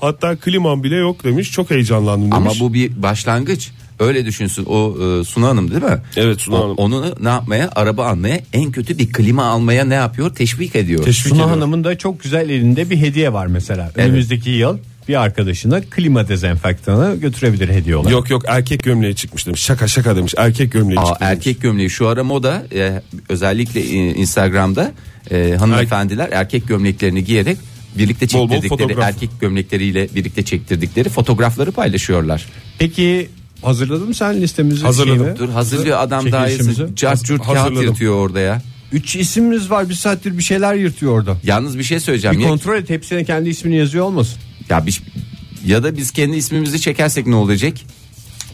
S4: hatta klimam bile yok demiş. Çok heyecanlandım demiş.
S2: Ama bu bir başlangıç. Öyle düşünsün o e, Suna Hanım değil mi?
S4: Evet, Suna
S2: O-
S4: Hanım.
S2: Onu ne yapmaya? Araba almaya en kötü bir klima almaya ne yapıyor? Teşvik ediyor.
S4: Teşvik
S3: Suna
S4: ediyorum.
S3: Hanım'ın da çok güzel elinde bir hediye var mesela. Önümüzdeki yıl bir arkadaşına klima dezenfektanı götürebilir hediye olarak.
S4: Yok yok erkek gömleği çıkmış demiş. Şaka şaka demiş. Erkek gömleği
S2: Aa,
S4: çıkmış.
S2: erkek gömleği şu ara moda e, özellikle e, Instagram'da e, hanımefendiler erkek gömleklerini giyerek birlikte
S4: Bol bol
S2: çektirdikleri
S4: fotoğraf.
S2: erkek gömlekleriyle birlikte çektirdikleri fotoğrafları paylaşıyorlar.
S3: Peki hazırladın mı sen listemizi?
S4: Hazırladım.
S3: Şeyini?
S2: Dur hazırlıyor adam daha
S3: Çekilişimizi.
S2: cart curt kağıt
S4: Hazırladım.
S2: yırtıyor orada ya.
S3: Üç isimimiz var bir saattir bir şeyler yırtıyor orada.
S2: Yalnız bir şey söyleyeceğim
S3: Bir
S2: ya.
S3: kontrol et hepsine kendi ismini yazıyor olmasın.
S2: Ya, biz, ya da biz kendi ismimizi çekersek ne olacak?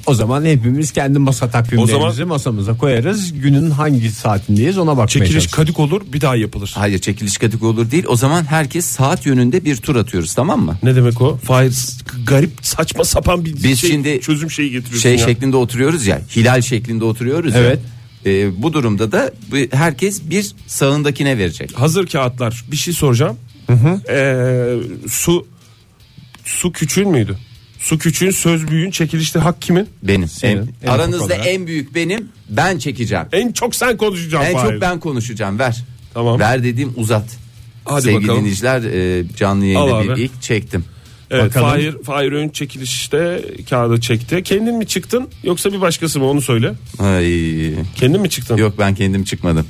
S3: O zaman hepimiz kendi masa takvimlerimizi
S4: O zaman-
S3: masamıza koyarız. Günün hangi saatindeyiz ona bakmaya
S4: Çekiliş
S3: çalışırız.
S4: kadık olur bir daha yapılır.
S2: Hayır çekiliş kadık olur değil. O zaman herkes saat yönünde bir tur atıyoruz tamam mı?
S4: Ne demek o? Fahir s- garip saçma sapan bir
S2: Biz
S4: şey,
S2: şimdi
S4: çözüm şeyi getiriyorsun
S2: şey
S4: ya.
S2: şeklinde oturuyoruz ya hilal şeklinde oturuyoruz
S3: Evet.
S2: ya. Ee, bu durumda da bu- herkes bir sağındakine verecek.
S4: Hazır kağıtlar bir şey soracağım. Ee, su su küçüğün müydü? Su küçüğün söz büyüğün çekilişte hak kimin?
S2: Benim.
S3: Senin,
S2: En-
S3: en
S2: aranızda
S3: ufak olarak.
S2: en büyük benim ben çekeceğim.
S4: En çok sen konuşacaksın
S2: En
S4: Fahir.
S2: çok ben konuşacağım ver.
S4: Tamam.
S2: Ver dediğim uzat.
S4: Hadi
S2: Sevgili
S4: bakalım.
S2: dinleyiciler e, canlı
S4: Al
S2: yayında bir
S4: abi.
S2: ilk çektim.
S4: Evet,
S3: Bakalım.
S4: Fahir, Fahir Öğün çekilişte kağıdı çekti. Kendin mi çıktın yoksa bir başkası mı onu söyle.
S2: Ay,
S4: Kendin mi çıktın?
S2: yok ben kendim çıkmadım.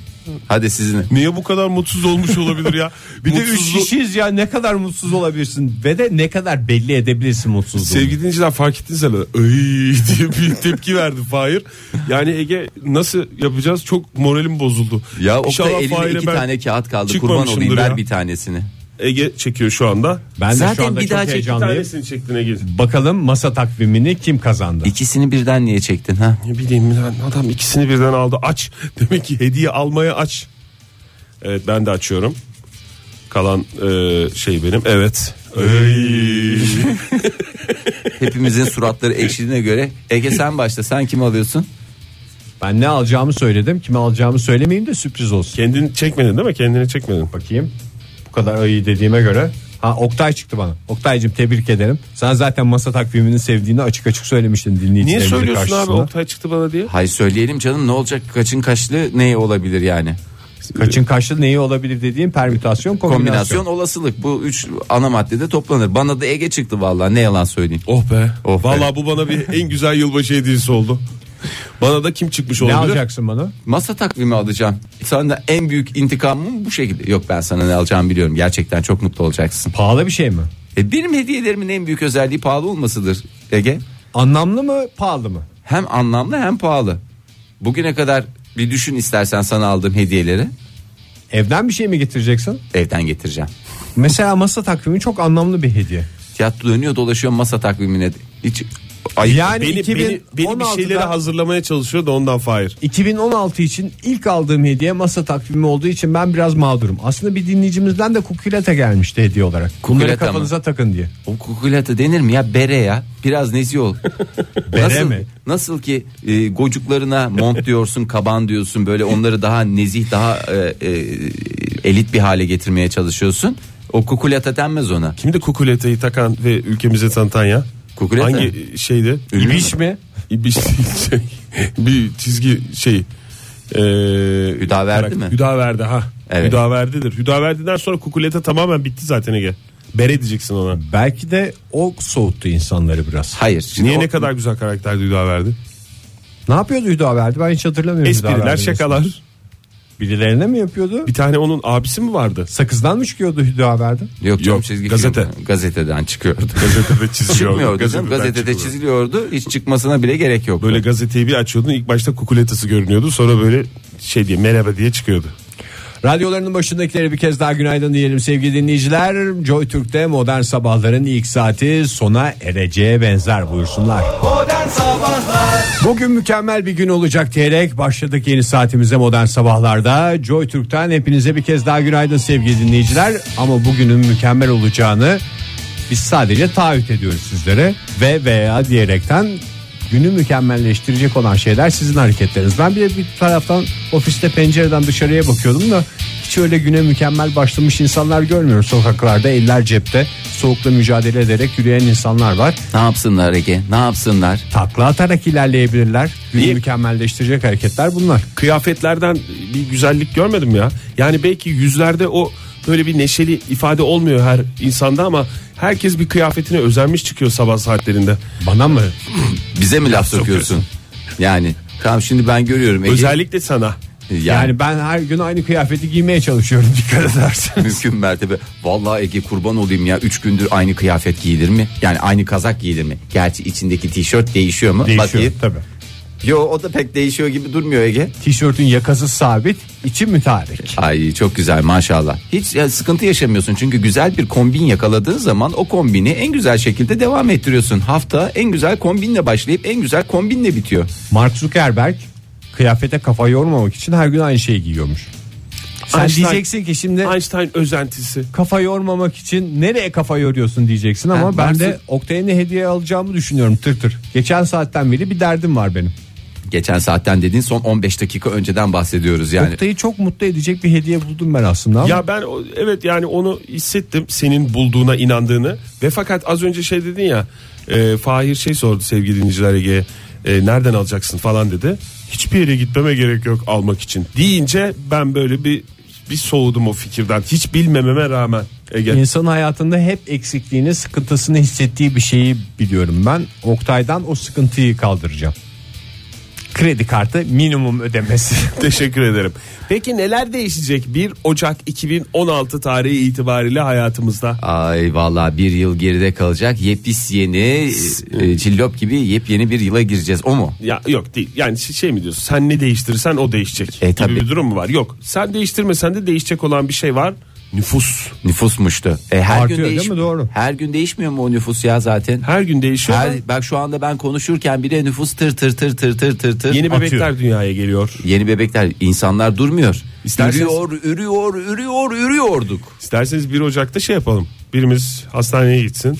S2: Hadi sizin.
S4: Niye bu kadar mutsuz olmuş olabilir ya?
S3: Bir de üç
S4: Mutsuzlu-
S3: kişiyiz ya ne kadar mutsuz olabilirsin ve de ne kadar belli edebilirsin mutsuzluğunu.
S4: Sevgili dinleyiciler fark ettiniz herhalde. Ay diye bir tepki verdi Fahir. Yani Ege nasıl yapacağız? Çok moralim bozuldu.
S2: Ya
S4: İnşallah
S2: Oktay
S4: Fahir'e
S2: elimde iki
S4: ben
S2: tane kağıt kaldı. Kurban olayım
S4: çıkmamışımdır
S2: ver
S4: ya.
S2: bir tanesini.
S4: Ege çekiyor şu anda.
S3: ben de şu
S2: Zaten
S3: anda
S2: bir
S3: çok
S2: daha çek- bir
S4: Bir
S3: heyecanlıyım.
S4: tanesini çektin Ege.
S3: Bakalım masa takvimini kim kazandı?
S2: İkisini birden niye çektin ha?
S4: Ne bileyim lan adam ikisini birden aldı. Aç. Demek ki hediye almaya aç. Evet ben de açıyorum. Kalan e, şey benim. Evet. Ay.
S2: Hepimizin suratları ekşidiğine göre Ege sen başla sen kim alıyorsun?
S3: Ben ne alacağımı söyledim. Kime alacağımı söylemeyeyim de sürpriz olsun.
S4: Kendini çekmedin değil mi? Kendini çekmedin.
S3: Bakayım. Bu kadar iyi dediğime göre. Ha Oktay çıktı bana. Oktay'cığım tebrik ederim. Sen zaten masa takvimini sevdiğini açık açık söylemiştin dinleyicilerin
S4: Niye söylüyorsun abi
S3: karşısında.
S4: Oktay çıktı bana diye?
S2: Hay söyleyelim canım ne olacak kaçın kaçlı ne olabilir yani?
S3: Kaçın kaçlı neyi olabilir dediğim permütasyon kombinasyon.
S2: Kombinasyon olasılık bu üç ana maddede toplanır. Bana da Ege çıktı vallahi ne yalan söyleyeyim.
S4: Oh be.
S2: Oh be.
S4: Vallahi bu bana bir en güzel yılbaşı hediyesi oldu. Bana da kim çıkmış
S3: Ne
S4: olabilir?
S3: alacaksın bana?
S2: Masa takvimi alacağım. Sana en büyük intikamım bu şekilde. Yok ben sana ne alacağımı biliyorum. Gerçekten çok mutlu olacaksın.
S3: Pahalı bir şey mi?
S2: E, benim hediyelerimin en büyük özelliği pahalı olmasıdır Ege.
S3: Anlamlı mı pahalı mı?
S2: Hem anlamlı hem pahalı. Bugüne kadar bir düşün istersen sana aldığım hediyeleri
S3: Evden bir şey mi getireceksin?
S2: evden getireceğim.
S3: Mesela masa takvimi çok anlamlı bir hediye.
S2: Tiyatro dönüyor dolaşıyor masa takvimine. Hiç ay
S3: Yani
S4: E, Beni, beni, beni bir
S3: 2016'da
S4: şeyleri hazırlamaya çalışıyor da ondan Fahir.
S3: 2016 için ilk aldığım hediye masa takvimi olduğu için ben biraz mağdurum. Aslında bir dinleyicimizden de kukulata gelmişti hediye olarak. Bunları
S2: Kukulata mı?
S3: kafanıza takın diye.
S2: O kukulata denir mi ya bere ya biraz nezih ol.
S3: Bere
S2: nasıl,
S3: mi?
S2: Nasıl ki e, gocuklarına mont diyorsun kaban diyorsun böyle onları daha nezih daha e, e, elit bir hale getirmeye çalışıyorsun. O kukulata denmez ona.
S4: Kimdi kukuleteyi takan ve ülkemize tanıtan ya?
S2: Kukulete?
S4: Hangi şeydi?
S2: Ünlü mü?
S3: İbiş mi?
S4: İbiş şey, bir çizgi şey. Ee,
S2: Hüdaverdi
S4: karakter-
S2: mi?
S4: Hüdaverdi ha.
S2: Evet.
S4: Hüdaverdidir. Hüdaverdi'den sonra kukulete tamamen bitti zaten Ege. Bere diyeceksin ona.
S3: Belki de o soğuttu insanları biraz.
S2: Hayır. Şimdi
S4: Niye
S2: o-
S4: ne kadar güzel karakterdi Hüdaverdi?
S3: Ne yapıyordu Hüdaverdi? Ben hiç hatırlamıyorum.
S4: Espriler,
S3: Hüdaverdi'nin
S4: şakalar.
S3: ismini. Birilerine mi yapıyordu?
S4: Bir tane onun abisi mi vardı?
S3: Sakızdan mı çıkıyordu Hüdaverdi?
S2: Yok, canım,
S4: Yok,
S2: çizgi
S4: gazete.
S2: film. Gazeteden çıkıyordu.
S4: Gazetede çiziyordu.
S2: Çıkmıyordu canım,
S4: Gazeteden
S2: gazetede
S4: çıkıyordu.
S2: çiziliyordu. Hiç çıkmasına bile gerek yok.
S4: Böyle gazeteyi bir açıyordun ilk başta kukuletası görünüyordu sonra böyle şey diye merhaba diye çıkıyordu.
S3: Radyolarının başındakilere bir kez daha günaydın diyelim sevgili dinleyiciler. Joy Türk'te modern sabahların ilk saati sona ereceğe benzer buyursunlar. Bugün mükemmel bir gün olacak diyerek başladık yeni saatimize modern sabahlarda. Joy Türk'ten hepinize bir kez daha günaydın sevgili dinleyiciler. Ama bugünün mükemmel olacağını biz sadece taahhüt ediyoruz sizlere ve veya diyerekten günü mükemmelleştirecek olan şeyler sizin hareketleriniz. Ben bir de bir taraftan ofiste pencereden dışarıya bakıyordum da hiç öyle güne mükemmel başlamış insanlar görmüyorum sokaklarda eller cepte soğukla mücadele ederek yürüyen insanlar var.
S2: Ne yapsınlar Ege? Ne yapsınlar?
S3: Takla atarak ilerleyebilirler. Günü
S4: İyi.
S3: mükemmelleştirecek hareketler bunlar.
S4: kıyafetlerden bir güzellik görmedim ya. Yani belki yüzlerde o böyle bir neşeli ifade olmuyor her insanda ama herkes bir kıyafetine özenmiş çıkıyor sabah saatlerinde.
S3: Bana mı?
S2: Bize mi laf sokuyorsun? Yani tamam şimdi ben görüyorum Ege.
S4: Özellikle sana.
S2: yani,
S3: Yani ben her gün aynı kıyafeti giymeye çalışıyorum dikkat edersen.
S2: mümkün mertebe. Vallahi Ege kurban olayım ya 3 gündür aynı kıyafet giyilir mi? Yani aynı kazak giyilir mi? Gerçi içindeki tişört değişiyor mu?
S3: Değişiyor
S2: Bakayım.
S3: tabii.
S2: Yo o da pek değişiyor gibi durmuyor Ege.
S3: Tişörtün yakası sabit, içi mütarek.
S2: Ay çok güzel maşallah. Hiç ya, sıkıntı yaşamıyorsun çünkü güzel bir kombin yakaladığın zaman o kombini en güzel şekilde devam ettiriyorsun. Hafta en güzel kombinle başlayıp en güzel kombinle bitiyor.
S3: Mark Zuckerberg kıyafete kafa yormamak için her gün aynı şeyi giyiyormuş. Sen
S4: Einstein-
S3: diyeceksin ki şimdi
S4: Einstein özentisi.
S3: kafa yormamak için nereye kafa yoruyorsun diyeceksin ama
S2: Ha,
S3: ben
S2: Mark
S3: de Oktay'a ne hediye alacağımı düşünüyorum tır tır. Geçen saatten beri bir derdim var benim.
S2: Geçen saatten dediğin son 15 dakika önceden bahsediyoruz yani.
S3: Oktay'ı çok mutlu edecek bir hediye buldum ben aslında ama
S4: Ya ben o- evet yani onu hissettim senin bulduğuna inandığını ve fakat az önce şey dedin ya e, Fahir şey sordu sevgili dinleyiciler Ege'ye e, nereden alacaksın falan dedi. Hiçbir yere gitmeme gerek yok almak için deyince ben böyle bir bir soğudum o fikirden hiç bilmememe rağmen Ege.
S3: İnsanın hayatında hep eksikliğini, sıkıntısını hissettiği bir şeyi biliyorum ben. Oktay'dan o sıkıntıyı kaldıracağım. Kredi kartı minimum ödemesi.
S4: Teşekkür ederim. Peki neler değişecek 1 Ocak 2016 tarihi itibariyle hayatımızda?
S2: Ay vallahi bir yıl geride kalacak yepis yeni e, cillop gibi yepyeni bir yıla gireceğiz o mu?
S4: Ya yok değil. Yani şey- şey mi diyorsun? Sen ne değiştirirsen o değişecek.
S2: E,
S4: gibi
S2: tabii.
S4: bir durum mu var? Yok. Sen değiştirmesen de değişecek olan bir şey var. Nüfus.
S2: Nüfusmuştu. E, her
S3: Artıyor,
S2: gün
S3: değil
S2: değiş-
S3: mi? Doğru.
S2: Her gün değişmiyor mu o nüfus ya zaten?
S4: Her gün değişiyor.
S2: Her, bak şu anda ben konuşurken bile nüfus tır tır tır tır tır tır tır.
S4: Yeni
S2: Yeni,
S4: bebekler dünyaya geliyor.
S2: bebekler insanlar durmuyor.
S4: İsterseniz-
S2: Ürüyor, ürüyor, ürüyor, ürüyorduk.
S4: İsterseniz 1 Ocak'ta şey yapalım. Birimiz hastaneye gitsin.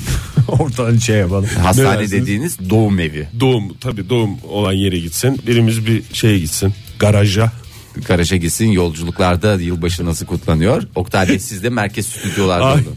S3: Oradan şey yapalım.
S2: Hastane
S4: dersiniz?
S2: dediğiniz doğum evi.
S4: Doğum tabii doğum olan yere gitsin. Birimiz bir şeye gitsin. Garaja.
S2: Karaşa gitsin yolculuklarda yılbaşı nasıl kutlanıyor? Oktay Bey siz de merkez stüdyolarda
S4: Ay,
S2: olun.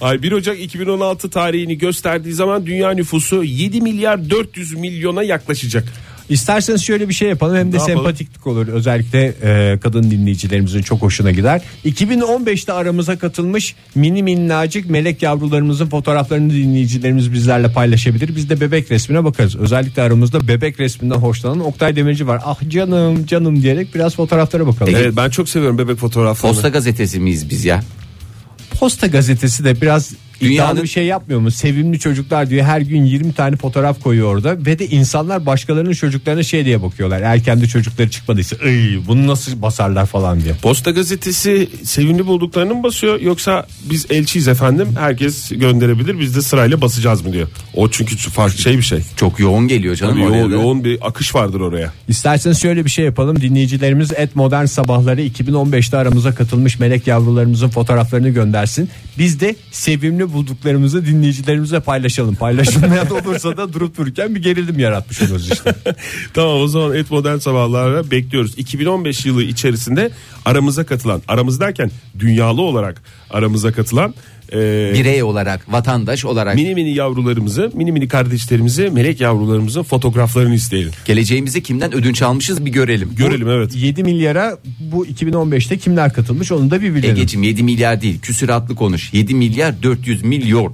S4: ay 1 Ocak 2016 tarihini gösterdiği zaman dünya nüfusu 7 milyar 400 milyona yaklaşacak.
S3: İsterseniz şöyle bir şey yapalım hem de
S4: Ne yapalım?
S3: sempatiklik olur. Özellikle e, kadın dinleyicilerimizin çok hoşuna gider. 2015'te aramıza katılmış mini minnacık melek yavrularımızın fotoğraflarını dinleyicilerimiz bizlerle paylaşabilir. Biz de bebek resmine bakarız. Özellikle aramızda bebek resminden hoşlanan Oktay Demirci var. Ah canım canım diyerek biraz fotoğraflara bakalım.
S4: Evet ben çok seviyorum bebek fotoğraflarını.
S2: Posta gazetesi miyiz biz ya?
S3: Posta gazetesi de biraz
S2: Dünyanın-
S3: iddialı bir şey yapmıyor mu? Sevimli çocuklar diyor her gün 20 tane fotoğraf koyuyor orada ve de insanlar başkalarının çocuklarına şey diye bakıyorlar. Eğer kendi çocukları çıkmadıysa "Iy, bunu nasıl basarlar falan diye.
S4: Posta gazetesi sevimli bulduklarını mı basıyor yoksa biz elçiyiz efendim herkes gönderebilir biz de sırayla basacağız mı diyor. O çünkü farklı şey bir şey.
S2: Çok yoğun geliyor canım. oraya
S4: Yo-
S2: da.
S4: yoğun bir akış vardır oraya.
S3: İsterseniz şöyle bir şey yapalım. Dinleyicilerimiz et modern sabahları 2015'te aramıza katılmış melek yavrularımızın fotoğraflarını göndersin. Biz de sevimli bulduklarımızı dinleyicilerimize paylaşalım. Paylaşılmayan olursa da durup dururken bir gerilim yaratmış oluruz işte.
S4: Tamam o zaman et modern sabahlara bekliyoruz. 2015 yılı içerisinde aramıza katılan aramız derken dünyalı olarak aramıza katılan e,
S2: Birey olarak, vatandaş olarak
S4: mini mini yavrularımızı mini mini kardeşlerimizi melek yavrularımızın fotoğraflarını isteyelim.
S2: geleceğimizi kimden ödünç almışız bir görelim.
S4: Görelim evet.
S3: 7 milyara bu 2015'te kimler katılmış onu da bir bilelim.
S2: Ege'cim 7 milyar değil küsüratlı konuş. 7 milyar 400 milyon.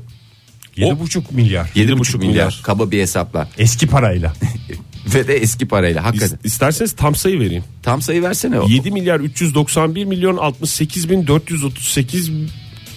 S3: 7,5 milyar.
S2: 7,5 milyar.
S4: milyar.
S2: Kaba bir hesapla.
S3: Eski parayla.
S2: Ve de eski parayla hakikaten.
S4: isterseniz tam sayı vereyim.
S2: Tam sayı versene.
S4: 7 milyar 391 milyon 68 bin 438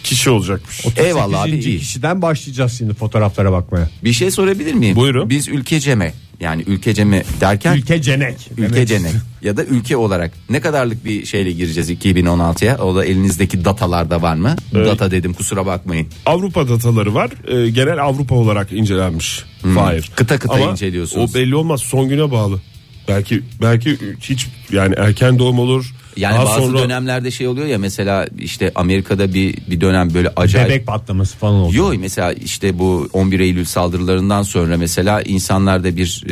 S4: kişi olacakmış.
S2: Eyvallah abi.
S3: 8.
S2: iyi.
S3: kişiden başlayacağız şimdi fotoğraflara bakmaya.
S2: Bir şey sorabilir miyim?
S4: Buyurun.
S2: Biz ülkeceme yani ülkeceme derken
S3: Ülke cenek.
S2: ülkecene ya da ülke olarak ne kadarlık bir şeyle gireceğiz 2016'ya? O da elinizdeki datalarda var mı? Data dedim kusura bakmayın.
S4: Avrupa dataları var. Ee, genel Avrupa olarak incelenmiş. Hayır.
S2: Hmm. Kıta kıta inceliyorsunuz.
S4: O belli olmaz son güne bağlı. Belki belki hiç yani erken doğum olur.
S2: Yani
S4: Daha
S2: bazı
S4: sonra
S2: dönemlerde şey oluyor ya mesela işte Amerika'da bir bir dönem böyle acayip
S3: Bebek patlaması falan oldu.
S2: Yok mesela işte bu 11 Eylül saldırılarından sonra mesela insanlarda bir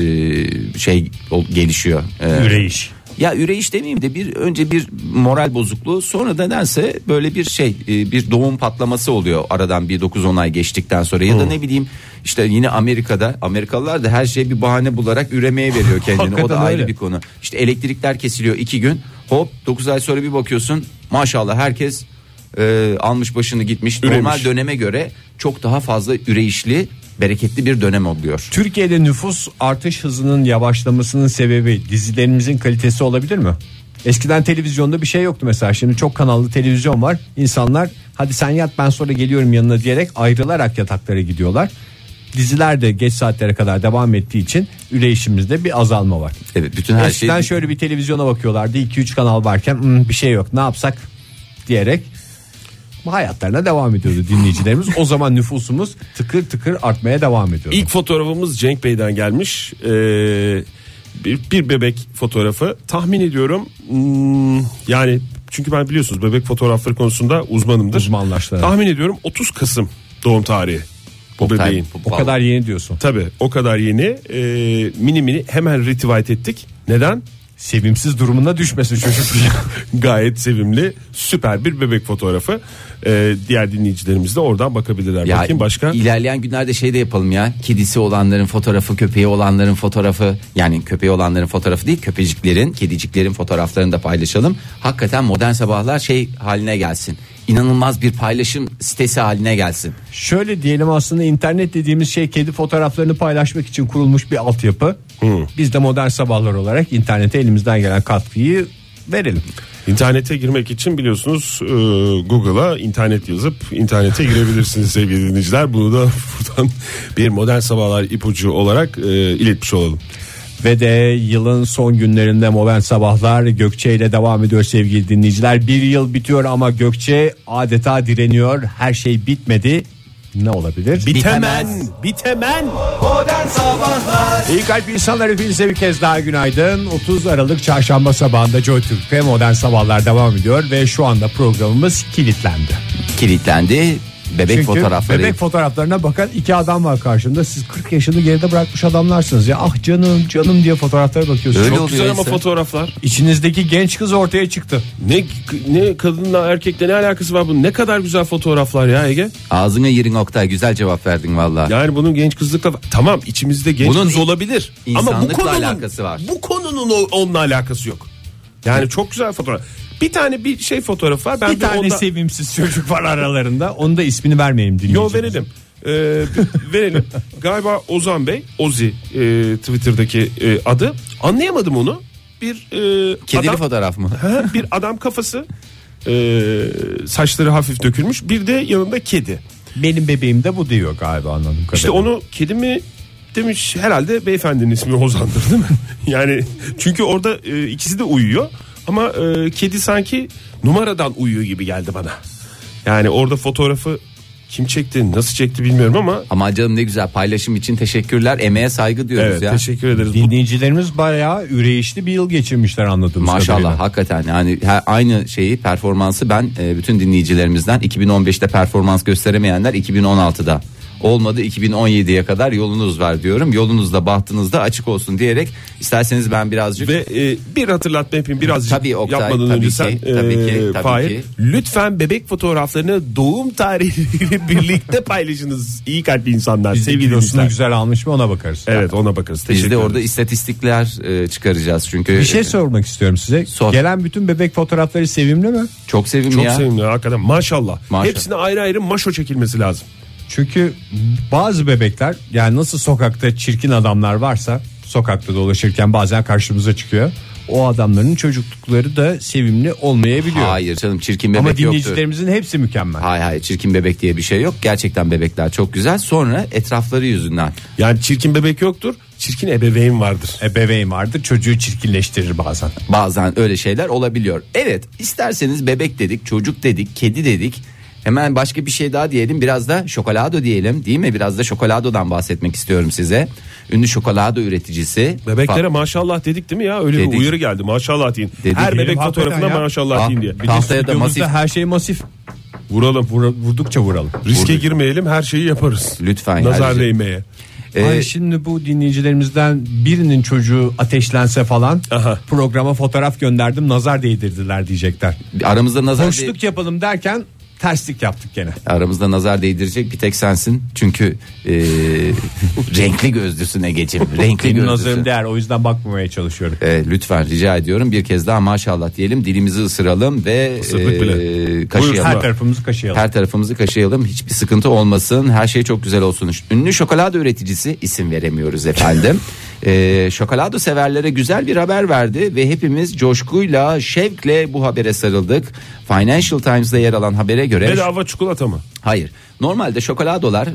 S2: e, şey ol- gelişiyor. E,
S3: Üreyiş.
S2: Ya üreyiş demeyeyim de bir önce bir moral bozukluğu sonra da nedense böyle bir şey e, bir doğum patlaması oluyor aradan bir 9-10 ay geçtikten sonra
S3: Oh.
S2: ya da ne bileyim işte yine Amerika'da Amerikalılar da her şeye bir bahane bularak üremeye veriyor kendini o da
S3: Hakikaten
S2: ayrı
S3: öyle.
S2: bir konu. İşte elektrikler kesiliyor 2 gün hop 9 ay sonra bir bakıyorsun maşallah herkes e, almış başını gitmiş
S4: Üremiş.
S2: normal döneme göre çok daha fazla üreyişli bereketli bir dönem oluyor.
S3: Türkiye'de nüfus artış hızının yavaşlamasının sebebi dizilerimizin kalitesi olabilir mi? Eskiden televizyonda bir şey yoktu mesela. Şimdi çok kanallı televizyon var. İnsanlar hadi sen yat ben sonra geliyorum yanına diyerek ayrılarak yataklara gidiyorlar. Diziler de geç saatlere kadar devam ettiği için üreyişimizde bir azalma var.
S2: Evet bütün her şey
S3: Eskiden şöyle bir televizyona bakıyorlardı. 2-3 kanal varken "Hmm, bir şey yok ne yapsak diyerek hayatlarına devam ediyordu dinleyicilerimiz. O zaman nüfusumuz tıkır tıkır artmaya devam ediyordu.
S4: İlk fotoğrafımız Cenk Bey'den gelmiş. Ee, bir, bir bebek fotoğrafı. Tahmin ediyorum hmm, yani çünkü ben biliyorsunuz bebek fotoğrafları konusunda uzmanımdır.
S3: Uzmanlaştı, evet.
S4: Tahmin ediyorum 30 Kasım doğum tarihi bu
S2: Oktay,
S4: bebeğin.
S2: bu-
S3: O
S2: Vallahi.
S3: kadar yeni diyorsun.
S4: Tabii o kadar yeni Ee, mini mini hemen retweet ettik. Neden?
S3: Sevimsiz durumuna düşmesin çocuk.
S4: Gayet sevimli süper bir bebek fotoğrafı. Ee, diğer dinleyicilerimiz de oradan bakabilirler.
S2: Ya
S4: Bakayım başka.
S2: ilerleyen günlerde şey de yapalım ya. Kedisi olanların fotoğrafı, köpeği olanların fotoğrafı. Yani köpeği olanların fotoğrafı değil, köpeciklerin, kediciklerin fotoğraflarını da paylaşalım. Hakikaten modern sabahlar şey haline gelsin. İnanılmaz bir paylaşım sitesi haline gelsin.
S3: Şöyle diyelim aslında internet dediğimiz şey kedi fotoğraflarını paylaşmak için kurulmuş bir altyapı. Biz de modern sabahlar olarak internete elimizden gelen katkıyı verelim.
S4: İnternete girmek için biliyorsunuz e, Google'a internet yazıp internete girebilirsiniz sevgili dinleyiciler. Bunu da buradan bir modern sabahlar ipucu olarak e, iletmiş olalım.
S3: Ve de yılın son günlerinde modern sabahlar Gökçe ile devam ediyor sevgili dinleyiciler. Bir yıl bitiyor ama Gökçe adeta direniyor. Her şey bitmedi. Ne olabilir?
S2: Bitemez.
S4: bitemen.
S3: İyi kalp insanlar hepinize bir kez daha günaydın. 30 Aralık Çarşamba sabahında Joy Türk'te Modern Sabahlar devam ediyor ve şu anda programımız kilitlendi.
S2: Kilitlendi. Bebek
S3: Çünkü
S2: fotoğrafları.
S3: bebek fotoğraflarına bakan iki adam var karşımda. Siz 40 yaşını geride bırakmış adamlarsınız ya. Ah canım canım diye fotoğraflara bakıyorsunuz.
S2: Öyle
S3: Çok-
S2: ol-
S4: Çok güzel ama
S2: Öyleyse.
S4: fotoğraflar.
S3: İçinizdeki genç kız ortaya çıktı.
S4: Ne ne kadınla erkekle ne alakası var bunun? Ne kadar güzel fotoğraflar ya Ege.
S2: Ağzına yerin Oktay. Güzel cevap verdin valla.
S4: Yani bunun genç kızlıkla tamam içimizde genç
S2: Bunun
S4: kız olabilir. Ama bu
S2: insanlıkla
S4: konunun,
S2: alakası var.
S4: Bu konunun o- onunla alakası yok. Yani çok güzel fotoğraf. Bir tane bir şey fotoğrafı var. Ben
S3: bir tane
S4: onda-
S3: sevimsiz çocuk var aralarında. Onu da ismini vermeyeyim
S4: Yo
S3: dinleyicimize.
S4: verelim. Ee, b- verelim. Galiba Ozan Bey, Ozi e, Twitter'daki e, adı. Anlayamadım onu. Bir e,
S2: Kedili
S4: adam,
S2: fotoğraf mı?
S4: Ha, bir adam kafası e, saçları hafif dökülmüş. Bir de yanında kedi.
S3: Benim bebeğim de bu diyor galiba anladım.
S4: İşte onu kedi mi demiş herhalde beyefendinin ismi Ozan'dır değil mi? Yani çünkü orada e, ikisi de uyuyor ama e, kedi sanki numaradan uyuyor gibi geldi bana. Yani orada fotoğrafı kim çekti nasıl çekti bilmiyorum ama
S2: Ama canım ne güzel paylaşım için teşekkürler. Emeğe saygı diyoruz
S4: evet
S2: ya.
S4: teşekkür ederiz. Bu-
S3: Dinleyicilerimiz bayağı üreyişli bir yıl geçirmişler anladığım
S2: Maşallah
S3: kadarıyla.
S2: hakikaten yani her- aynı şeyi performansı ben e, bütün dinleyicilerimizden 2015'te performans gösteremeyenler 2016'da olmadı 2017'ye kadar yolunuz var diyorum. Yolunuz da bahtınız da açık olsun diyerek isterseniz ben birazcık
S4: Ve e, bir hatırlatma yapayım birazcık
S2: Tabii Oktay,
S4: yapmadan
S2: tabii
S4: önce
S2: ki,
S4: sen
S2: tabii
S4: e,
S2: ki, tabii
S4: Fahir,
S2: ki.
S4: lütfen bebek fotoğraflarını doğum tarihiyle birlikte paylaşınız iyi kalpli insanlar
S3: Biz de
S4: sevgili
S3: kilosunu
S4: dinleyiciler.
S3: güzel almış mı ona bakarız.
S4: Evet ona bakarız. Teşekkür
S2: biz de
S4: ederim.
S2: orada istatistikler e, çıkaracağız çünkü
S3: Bir şey
S2: e,
S3: sormak istiyorum size.
S2: Sor.
S3: Gelen bütün bebek fotoğrafları sevimli mi?
S2: çok sevimli
S4: Çok
S2: ya.
S4: sevimli hakikaten maşallah.
S2: Maşallah.
S4: Hepsine ayrı ayrı maşo çekilmesi lazım.
S3: Çünkü bazı bebekler yani nasıl sokakta çirkin adamlar varsa sokakta dolaşırken bazen karşımıza çıkıyor. O adamların çocuklukları da sevimli olmayabiliyor.
S2: Hayır canım çirkin bebek
S3: Ama
S2: yoktur.
S3: dinleyicilerimizin hepsi mükemmel.
S2: Hayır hayır çirkin bebek diye bir şey yok. Gerçekten bebekler çok güzel. Sonra etrafları yüzünden.
S4: Yani çirkin bebek yoktur. Çirkin ebeveyn vardır.
S3: Ebeveyn vardır çocuğu çirkinleştirir bazen.
S2: Bazen öyle şeyler olabiliyor. Evet isterseniz bebek dedik, çocuk dedik, kedi dedik. Hemen başka bir şey daha diyelim biraz da şokolado diyelim değil mi? Biraz da şokoladodan bahsetmek istiyorum size. Ünlü şokolado üreticisi.
S4: Bebeklere
S2: Fa-
S4: maşallah dedik değil mi ya? Öyle
S2: Dedik.
S4: bir uyarı geldi. Maşallah deyin.
S2: Dedik.
S4: Her
S3: Benim
S4: bebek
S3: hakikaten
S4: fotoğrafına
S3: ya.
S4: maşallah
S2: Ah,
S4: deyin diye.
S2: bir Tahtaya da
S3: Stüdyomuzda
S2: masif.
S3: her şey masif.
S4: Vuralım.
S3: Vura- vurdukça vuralım.
S4: Riske girmeyelim her şeyi yaparız.
S2: Lütfen ya.
S4: Nazar değmeye.
S2: Ee,
S3: Ay şimdi bu dinleyicilerimizden birinin çocuğu ateşlense falan
S4: Aha.
S3: programa fotoğraf gönderdim nazar değdirdiler diyecekler.
S2: aramızda nazar
S3: Hoşluk yapalım derken terslik yaptık gene.
S2: aramızda nazar değdirecek bir tek sensin. Çünkü e, renkli gözlüsün Ege'ciğim. Renkli
S3: Benim
S2: gözlüsün.
S3: nazarım değer o yüzden bakmamaya çalışıyorum.
S2: E, lütfen rica ediyorum bir kez daha maşallah diyelim dilimizi ısıralım ve
S4: Isırdık
S2: e,
S4: bile.
S2: kaşıyalım.
S3: Her tarafımızı kaşıyalım.
S2: Her tarafımızı kaşıyalım. Hiçbir sıkıntı olmasın. Her şey çok güzel olsun. Ünlü şokolada üreticisi isim veremiyoruz efendim. ee, şokolado severlere güzel bir haber verdi ve hepimiz coşkuyla, şevkle bu habere sarıldık. Financial Times'da yer alan habere göre
S4: Bedava çikolata mı?
S2: Hayır. Normalde şokoladolar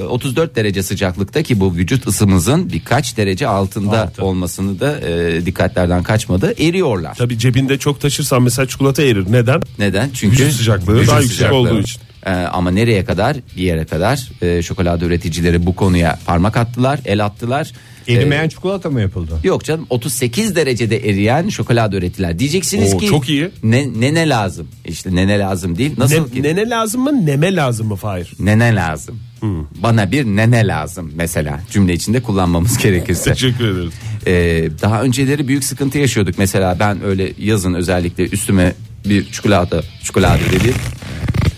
S2: e, 34 derece sıcaklıkta ki bu vücut ısımızın birkaç derece altında olmasını da e, dikkatlerden kaçmadı. Eriyorlar.
S4: Tabi cebinde çok taşırsan mesela çikolata erir. Neden?
S2: Neden? Çünkü
S4: Vücut sıcaklığı daha yüksek olduğu için.
S2: Ee, ama nereye kadar? Bir yere kadar. Ee, şokolada üreticileri bu konuya parmak attılar, el attılar.
S3: Erimeyen çikolata mı yapıldı?
S2: Ee, yok canım 38 derecede eriyen şokolada ürettiler. Diyeceksiniz
S4: Oo,
S2: ki
S4: çok iyi.
S2: Ne nene lazım? İşte nene lazım değil.
S4: Ne,
S2: Nasıl ki?
S4: nene Hmm. lazım mı neme lazım mı Fahir?
S2: Nene lazım. Bana bir nene lazım mesela cümle içinde kullanmamız gerekirse.
S4: Teşekkür ederiz.
S2: Ee, daha önceleri büyük sıkıntı yaşıyorduk. Mesela ben öyle yazın özellikle üstüme bir çikolata, çikolata dedi.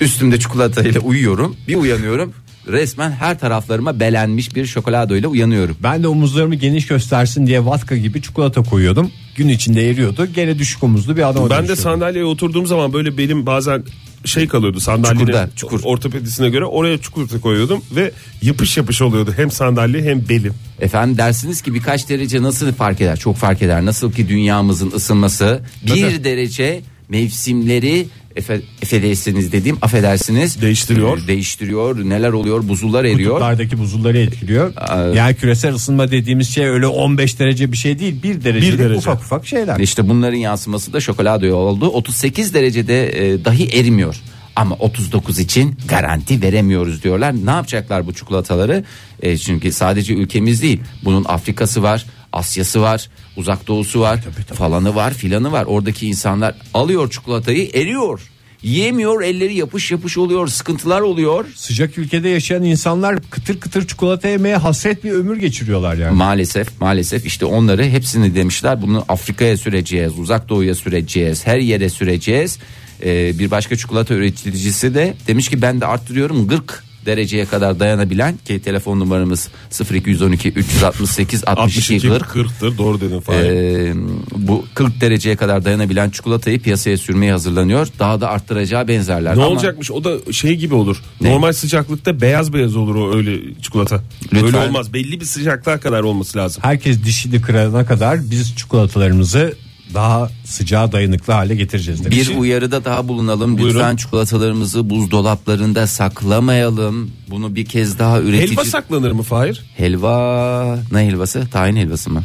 S2: Üstümde çikolata ile uyuyorum. Bir uyanıyorum. Resmen her taraflarıma belenmiş bir şokolado ile uyanıyorum.
S3: Ben de omuzlarımı geniş göstersin diye vatka gibi çikolata koyuyordum. Gün içinde eriyordu. Gene düşük omuzlu bir adama
S4: Ben de
S3: dönüşüyordum.
S4: sandalyeye oturduğum zaman böyle belim bazen şey kalıyordu sandalyenin
S2: Çukurda, çukur.
S4: ortopedisine göre oraya çukurta koyuyordum ve yapış yapış oluyordu hem sandalye hem belim.
S2: Efendim dersiniz ki birkaç derece nasıl fark eder? Çok fark eder. Nasıl ki dünyamızın ısınması bir derece mevsimleri efe, affedersiniz dediğim affedersiniz
S4: Değiştiriyor.
S2: Ee, değiştiriyor. Neler oluyor? Buzullar eriyor.
S3: Kutuplardaki buzulları etkiliyor. Yani küresel ısınma dediğimiz şey öyle 15 derece bir şey değil. 1 derece,
S4: Bir derece.
S3: ufak ufak şeyler.
S2: İşte bunların yansıması da şokoladoya oldu. 38 derecede e, dahi erimiyor. Ama 39 için garanti veremiyoruz diyorlar. Ne yapacaklar bu çikolataları? E, çünkü sadece ülkemiz değil. Bunun Afrika'sı var, Asya'sı var, Uzak Doğu'su var, falanı var, filanı var. Oradaki insanlar alıyor çikolatayı, eriyor. Yiyemiyor, elleri yapış yapış oluyor, sıkıntılar oluyor.
S3: Sıcak ülkede yaşayan insanlar kıtır kıtır çikolata yemeye hasret bir ömür geçiriyorlar yani.
S2: Maalesef maalesef işte onları hepsini demişler bunu Afrika'ya süreceğiz uzak doğuya süreceğiz her yere süreceğiz. Ee, bir başka çikolata üreticisi de demiş ki ben de arttırıyorum 40 dereceye kadar dayanabilen ki telefon numaramız 0212 368 62
S4: 62
S2: 40
S4: 40'tır doğru dedin Fahir.
S2: Ee, bu 40 dereceye kadar dayanabilen çikolatayı piyasaya sürmeye hazırlanıyor. Daha da arttıracağı benzerler.
S4: ne
S2: Ama
S4: olacakmış o da şey gibi olur. Normal sıcaklıkta beyaz beyaz olur o öyle çikolata.
S2: Lütfen.
S4: Öyle olmaz. Belli bir sıcaklığa kadar olması lazım.
S3: Herkes dişini kırana kadar biz çikolatalarımızı daha sıcağa dayanıklı hale getireceğiz demiş.
S2: Bir uyarıda daha bulunalım.
S4: Buyurun.
S2: Lütfen çikolatalarımızı buzdolaplarında saklamayalım. Bunu bir kez daha üretici...
S4: Helva saklanır mı Fahir?
S2: Helva ne helvası? Tahin helvası mı?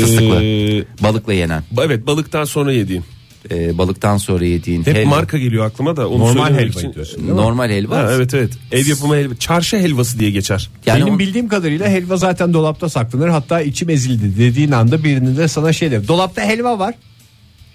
S2: Fıstıklı.
S4: Ee,
S2: Balıkla yenen.
S4: evet balıktan sonra yediğin.
S2: Ee, balıktan sonra yediğin
S4: Hep
S2: helva.
S4: marka geliyor aklıma da onu
S3: Normal
S4: söylemek
S3: helva
S4: için-
S3: diyorsun.
S2: normal helva.
S4: Ha, evet evet. Ev yapımı helva. Çarşı helvası diye geçer.
S2: Yani
S3: Benim
S2: o-
S3: bildiğim kadarıyla helva zaten dolapta saklanır. Hatta içim ezildi dediğin anda birinin de sana şey der. Dolapta helva var.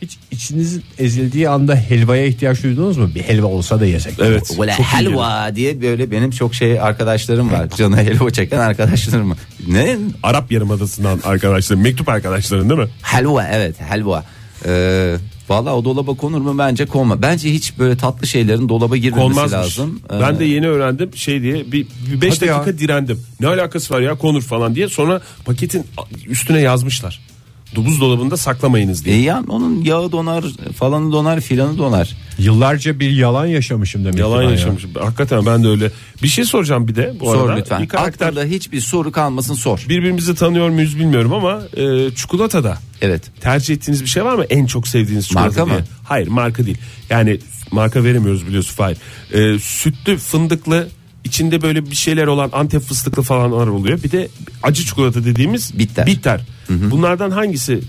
S3: Hiç içinizin ezildiği anda helvaya ihtiyaç duydunuz mu? Bir helva olsa da yesek.
S4: Evet.
S2: Böyle
S4: çok iyi geliyor.
S2: helva diye böyle benim çok şey arkadaşlarım var. Canı helva çeken arkadaşlarım var. Ne?
S4: Arap Yarımadası'ndan arkadaşlar mektup arkadaşların değil mi?
S2: Helva evet helva. Ee, Valla o dolaba konur mu bence konma. Bence hiç böyle tatlı şeylerin dolaba girmemesi
S4: Konmazmış.
S2: lazım. Ee,
S4: Ben de yeni öğrendim şey diye bir 5
S3: Hadi ya.
S4: dakika direndim. Ne alakası var ya konur falan diye. Sonra paketin üstüne yazmışlar. Buzdolabında saklamayınız
S2: e
S4: diye.
S2: ya onun yağı donar falanı donar filanı donar.
S3: Yıllarca bir yalan yaşamışım demek.
S4: Yalan
S3: ki ben ya.
S4: yaşamışım. Hakikaten ben de öyle. Bir şey soracağım bir de bu
S2: Sor
S4: arada.
S2: lütfen.
S4: Bir karakter
S2: Aklında hiçbir soru kalmasın sor.
S4: birbirimizi tanıyor muyuz bilmiyorum ama e, çikolatada
S2: Evet.
S4: tercih ettiğiniz bir şey var mı? En çok sevdiğiniz çikolata
S2: Marka
S4: diye.
S2: mı?
S4: Hayır marka değil. Yani marka veremiyoruz biliyorsun Fahir. E, sütlü fındıklı içinde böyle bir şeyler olan Antep fıstıklı falanlar oluyor. Bir de acı çikolata dediğimiz
S2: Bitter.
S4: Bunlardan hangisi e,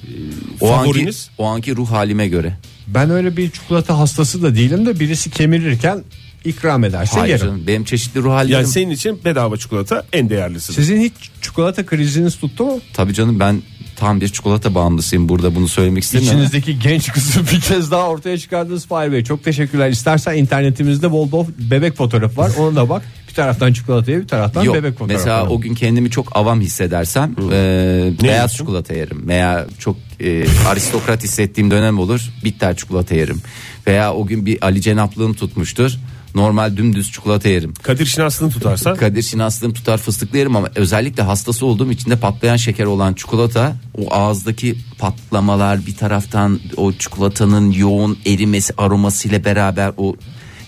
S2: O anki,
S4: favoriniz?
S2: o anki ruh halime göre.
S3: Ben öyle bir çikolata hastası da değilim de birisi kemirirken ikram ederse
S2: Hayır
S3: yerim.
S2: canım, benim çeşitli ruh hallerim.
S4: Yani
S3: şey-
S4: senin için bedava çikolata en değerlisi.
S3: Sizin hiç çikolata kriziniz tuttu mu?
S2: Tabii canım ben tam bir çikolata bağımlısıyım burada bunu söylemek istemiyorum.
S3: İçinizdeki genç kızı bir kez daha ortaya çıkardınız Fahir Bey. Çok teşekkürler. İstersen internetimizde bol bol bebek fotoğrafı var. Ona da bak. Bir taraftan çikolataya bir taraftan
S2: Yok.
S3: bebek fotoğrafı.
S2: mesela o gün kendimi çok avam hissedersem e, beyaz çikolata yerim veya çok e, aristokrat hissettiğim dönem olur bitter çikolata yerim veya o gün bir Ali Cenaplığım tutmuştur normal dümdüz çikolata yerim.
S4: Kadir Şinaslı'nı tutarsa
S2: Kadir Şinaslığım tutar fıstıklı yerim ama özellikle hastası olduğum için de patlayan şeker olan çikolata o ağızdaki patlamalar bir taraftan o çikolatanın yoğun erimesi aromasıyla beraber o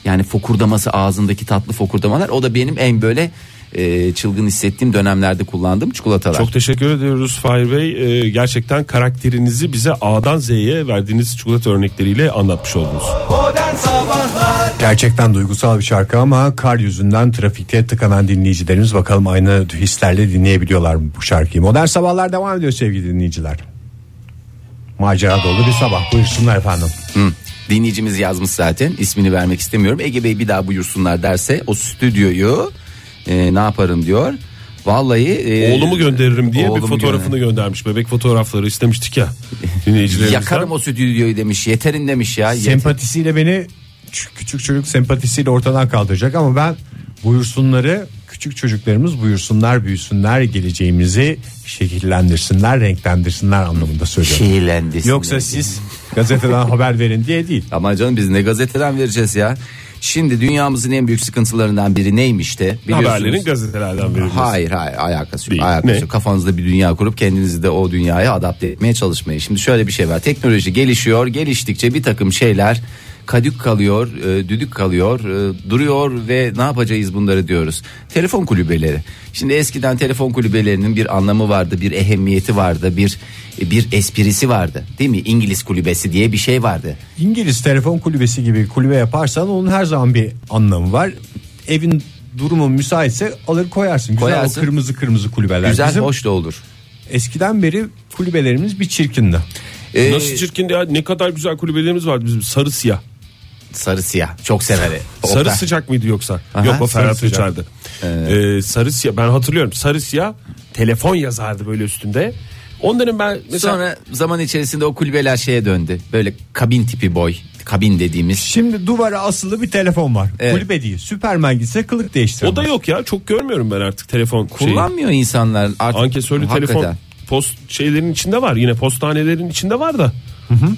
S2: yani fokurdaması ağzındaki tatlı fokurdamalar o da benim en böyle e, çılgın hissettiğim dönemlerde kullandığım çikolatalar.
S4: Çok teşekkür ediyoruz Fahir Bey. Ee, gerçekten karakterinizi bize A'dan Z'ye verdiğiniz çikolata örnekleriyle anlatmış oldunuz.
S3: Gerçekten duygusal bir şarkı ama kar yüzünden trafikte tıkanan dinleyicilerimiz bakalım aynı hislerle dinleyebiliyorlar mı bu şarkıyı. Modern sabahlar devam ediyor sevgili dinleyiciler. Macera dolu bir sabah buyursunlar efendim.
S2: Hı. Dinleyicimiz yazmış zaten ismini vermek istemiyorum. Ege Bey bir daha buyursunlar derse o stüdyoyu e, ne yaparım diyor. Vallahi e,
S4: Oğlumu gönderirim diye bir
S2: oğlumu
S4: fotoğrafını göndermiş. Bebek fotoğrafları istemiştik ya dinleyicilerimizden.
S2: Yakarım o stüdyoyu demiş. Yeterin demiş ya. Yeter.
S3: Sempatisiyle beni ç- küçük çocuk sempatisiyle ortadan kaldıracak ama ben buyursunları küçük çocuklarımız buyursunlar büyüsünler geleceğimizi şekillendirsinler renklendirsinler anlamında
S2: Şey-
S3: söylüyorum.
S2: Şehirlendirsin
S3: Yoksa
S2: demiş.
S3: siz gazeteden haber verin diye değil.
S2: Ama canım biz ne gazeteden vereceğiz ya. Şimdi dünyamızın en büyük sıkıntılarından biri neymiş de biliyorsunuz.
S4: Haberlerin gazetelerden verilmesi.
S2: Hayır hayır alakası yok.
S4: Değil.
S2: Alakası
S4: Ne?
S2: yok. Kafanızda bir dünya kurup kendinizi de o dünyaya adapte etmeye çalışmayın. Şimdi şöyle bir şey var. Teknoloji gelişiyor. Geliştikçe bir takım şeyler kadük kalıyor, e, düdük kalıyor, e, duruyor ve ne yapacağız bunları diyoruz. Telefon kulübeleri. Şimdi eskiden telefon kulübelerinin bir anlamı vardı, bir ehemmiyeti vardı, bir bir esprisi vardı. Değil mi? İngiliz kulübesi diye bir şey vardı.
S3: İngiliz telefon kulübesi gibi kulübe yaparsan onun her zaman bir anlamı var. Evin durumu müsaitse alır koyarsın. Güzel
S2: Koyarsın.
S3: o kırmızı kırmızı kulübeler.
S2: Güzel,
S3: Bizim
S2: hoş da olur.
S3: Eskiden beri kulübelerimiz bir çirkindi.
S2: Ee,
S4: Nasıl çirkin ya ne kadar güzel kulübelerimiz vardı bizim sarı siyah.
S2: sarı siyah. Çok severim.
S4: Sarı
S2: Oktay.
S4: sıcak mıydı yoksa?
S2: Aha,
S4: Yok o
S2: sarı
S4: Ferhat
S2: sıcak.
S4: Uçar'dı. Ee, sarı siyah ben hatırlıyorum. Sarı siyah telefon yazardı böyle üstünde. Onların ben mesela
S2: Sonra zaman içerisinde o kulübeler şeye döndü. Böyle kabin tipi boy. Kabin dediğimiz.
S3: Şimdi duvara asılı bir telefon var.
S2: Evet.
S3: Kulübe değil. Süpermen gitse kılık değiştirir.
S4: o da yok ya çok görmüyorum ben artık telefon şeyi.
S2: Kullanmıyor insanlar artık.
S4: Şey- Ankesörlü telefon
S2: Hakikaten.
S4: post şeylerin içinde var. Yine postanelerin içinde var da.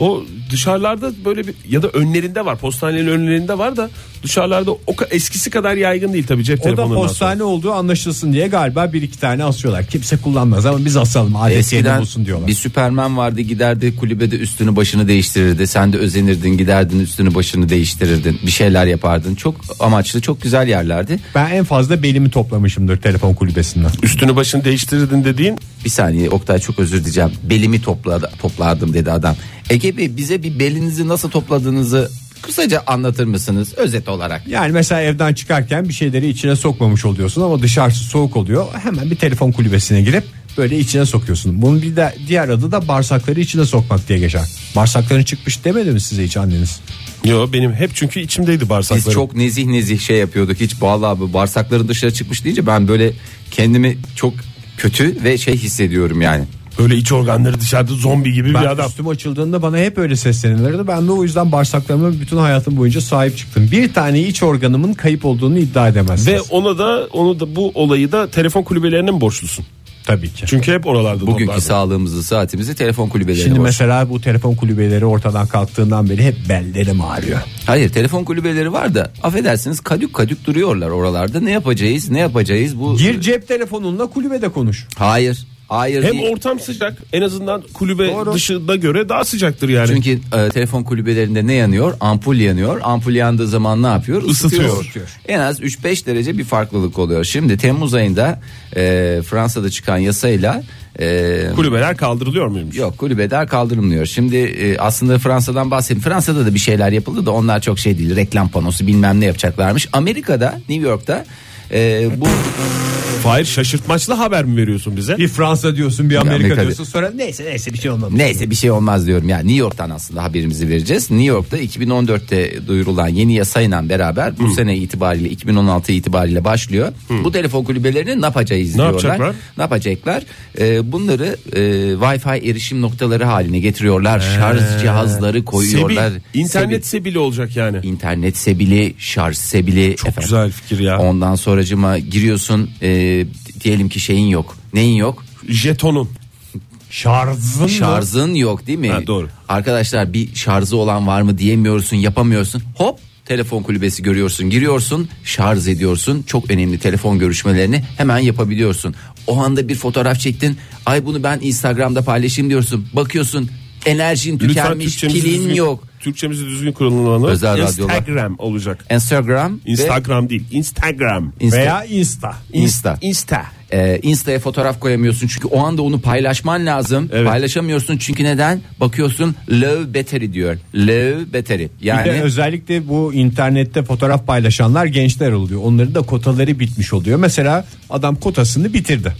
S4: O dışarılarda böyle bir ya da önlerinde var. Postanelerin önlerinde var da dışarılarda o ka- eskisi kadar yaygın değil tabii cep
S3: O da
S4: telefonlarından.
S3: postane olduğu anlaşılsın diye galiba bir iki tane asıyorlar. Kimse kullanmaz ama biz asalım adet yerine
S2: Eskiden
S3: bulsun diyorlar.
S2: bir süpermen vardı giderdi kulübede üstünü başını değiştirirdi. Sen de özenirdin giderdin üstünü başını değiştirirdin. Bir şeyler yapardın. Çok amaçlı çok güzel yerlerdi.
S3: Ben en fazla belimi toplamışımdır telefon kulübesinden.
S4: Üstünü başını değiştirirdin dediğin
S2: Bir saniye Oktay çok özür diyeceğim. Belimi topladı, toplardım dedi adam. Ege Bey bize bir belinizi nasıl topladığınızı kısaca anlatır mısınız? Özet olarak.
S3: Yani mesela evden çıkarken bir şeyleri içine sokmamış oluyorsun ama dışarısı soğuk oluyor. Hemen bir telefon kulübesine girip böyle içine sokuyorsun. Bunun bir de diğer adı da bağırsakları içine sokmak diye geçer. Bağırsakların çıkmış demedi mi size hiç anneniz?
S4: Yo benim hep çünkü içimdeydi bağırsaklarım.
S2: Biz çok nezih nezih şey yapıyorduk. Hiç vallahi bu bağırsakların dışarı çıkmış deyince ben böyle kendimi çok kötü ve şey hissediyorum yani.
S4: Böyle iç organları dışarıda zombi gibi bir
S3: Ben
S4: adam.
S3: üstüm açıldığında bana hep öyle seslenilirdi. Ben de o yüzden bağırsaklarıma bütün hayatım boyunca sahip çıktım. Bir tane iç organımın kayıp olduğunu iddia edemezsiniz.
S4: Ve ona da onu da bu olayı da telefon kulübelerine mi borçlusun?
S3: tabii ki.
S4: Çünkü hep oralarda
S2: Bugünkü
S4: toplardın.
S2: sağlığımızı, saatimizi telefon kulübelerine
S3: Şimdi
S2: borç-
S3: mesela bu telefon kulübeleri ortadan kalktığından beri hep bellerim ağrıyor.
S2: Hayır, telefon kulübeleri var da affedersiniz kadük kadük duruyorlar oralarda. Ne yapacağız? Ne yapacağız? Bu
S3: Gir cep telefonunla kulübede konuş.
S2: Hayır. Hayır.
S4: Hem
S2: değil.
S4: ortam sıcak en azından kulübe
S3: Doğru.
S4: dışında göre daha sıcaktır yani.
S2: Çünkü e, telefon kulübelerinde ne yanıyor? Ampul yanıyor. Ampul yandığı zaman ne yapıyor?
S4: Isıtıyor.
S2: En az 3-5 derece bir farklılık oluyor. Şimdi Temmuz ayında e, Fransa'da çıkan yasayla e,
S4: Kulübeler kaldırılıyor muymuş?
S2: Yok kulübeder kaldırılmıyor. Şimdi e, aslında Fransa'dan bahsedeyim. Fransa'da da bir şeyler yapıldı da onlar çok şey değil. Reklam panosu bilmem ne yapacaklarmış. Amerika'da New York'ta e, bu
S4: Fahir şaşırtmaçlı haber mi veriyorsun bize?
S3: Bir Fransa diyorsun bir Amerika,
S2: Amerika
S3: diyorsun sonra neyse neyse bir şey olmadı.
S2: Neyse bir şey olmaz diyorum ya New York'tan aslında haberimizi vereceğiz. New York'ta 2014'te duyurulan yeni yasayla beraber bu sene itibariyle 2016 itibariyle başlıyor. Bu telefon kulübelerini ne yapacağı izliyorlar.
S4: yapacaklar?
S2: Ne yapacaklar? Ee, bunları e, Wi-Fi erişim noktaları haline getiriyorlar. Şarj cihazları koyuyorlar.
S4: Sebil, internet sebili olacak yani.
S2: Sebil, internet sebili, şarj sebili. Çok
S4: Güzel fikir ya.
S2: Ondan sonracıma giriyorsun e, diyelim ki şeyin yok. Neyin yok?
S4: Jetonun.
S3: Şarjın Şarj.
S2: Şarjın yok değil mi?
S4: Ha, doğru.
S2: Arkadaşlar bir şarjı olan var mı diyemiyorsun, yapamıyorsun. Hop telefon kulübesi görüyorsun, giriyorsun, şarj ediyorsun. Çok önemli telefon görüşmelerini hemen yapabiliyorsun. O anda bir fotoğraf çektin. Ay bunu ben Instagram'da paylaşayım diyorsun. Bakıyorsun enerjin
S4: Lütfen
S2: tükenmiş,
S4: Türkçemizi
S2: pilin
S4: düzgün,
S2: yok.
S4: Türkçemizi düzgün kullanılanı
S2: Özel radyolar.
S4: Instagram olacak.
S2: Instagram, ve
S4: Instagram değil. Instagram.
S2: Insta.
S3: veya Insta.
S2: Insta.
S4: Insta.
S2: Ee, Insta'ya fotoğraf koyamıyorsun çünkü o anda onu paylaşman lazım.
S4: Evet.
S2: Paylaşamıyorsun çünkü neden? Bakıyorsun low battery diyor. Low battery.
S3: Bir
S2: Yani
S3: de özellikle bu internette fotoğraf paylaşanlar gençler oluyor. Onların da kotaları bitmiş oluyor. Mesela adam kotasını bitirdi.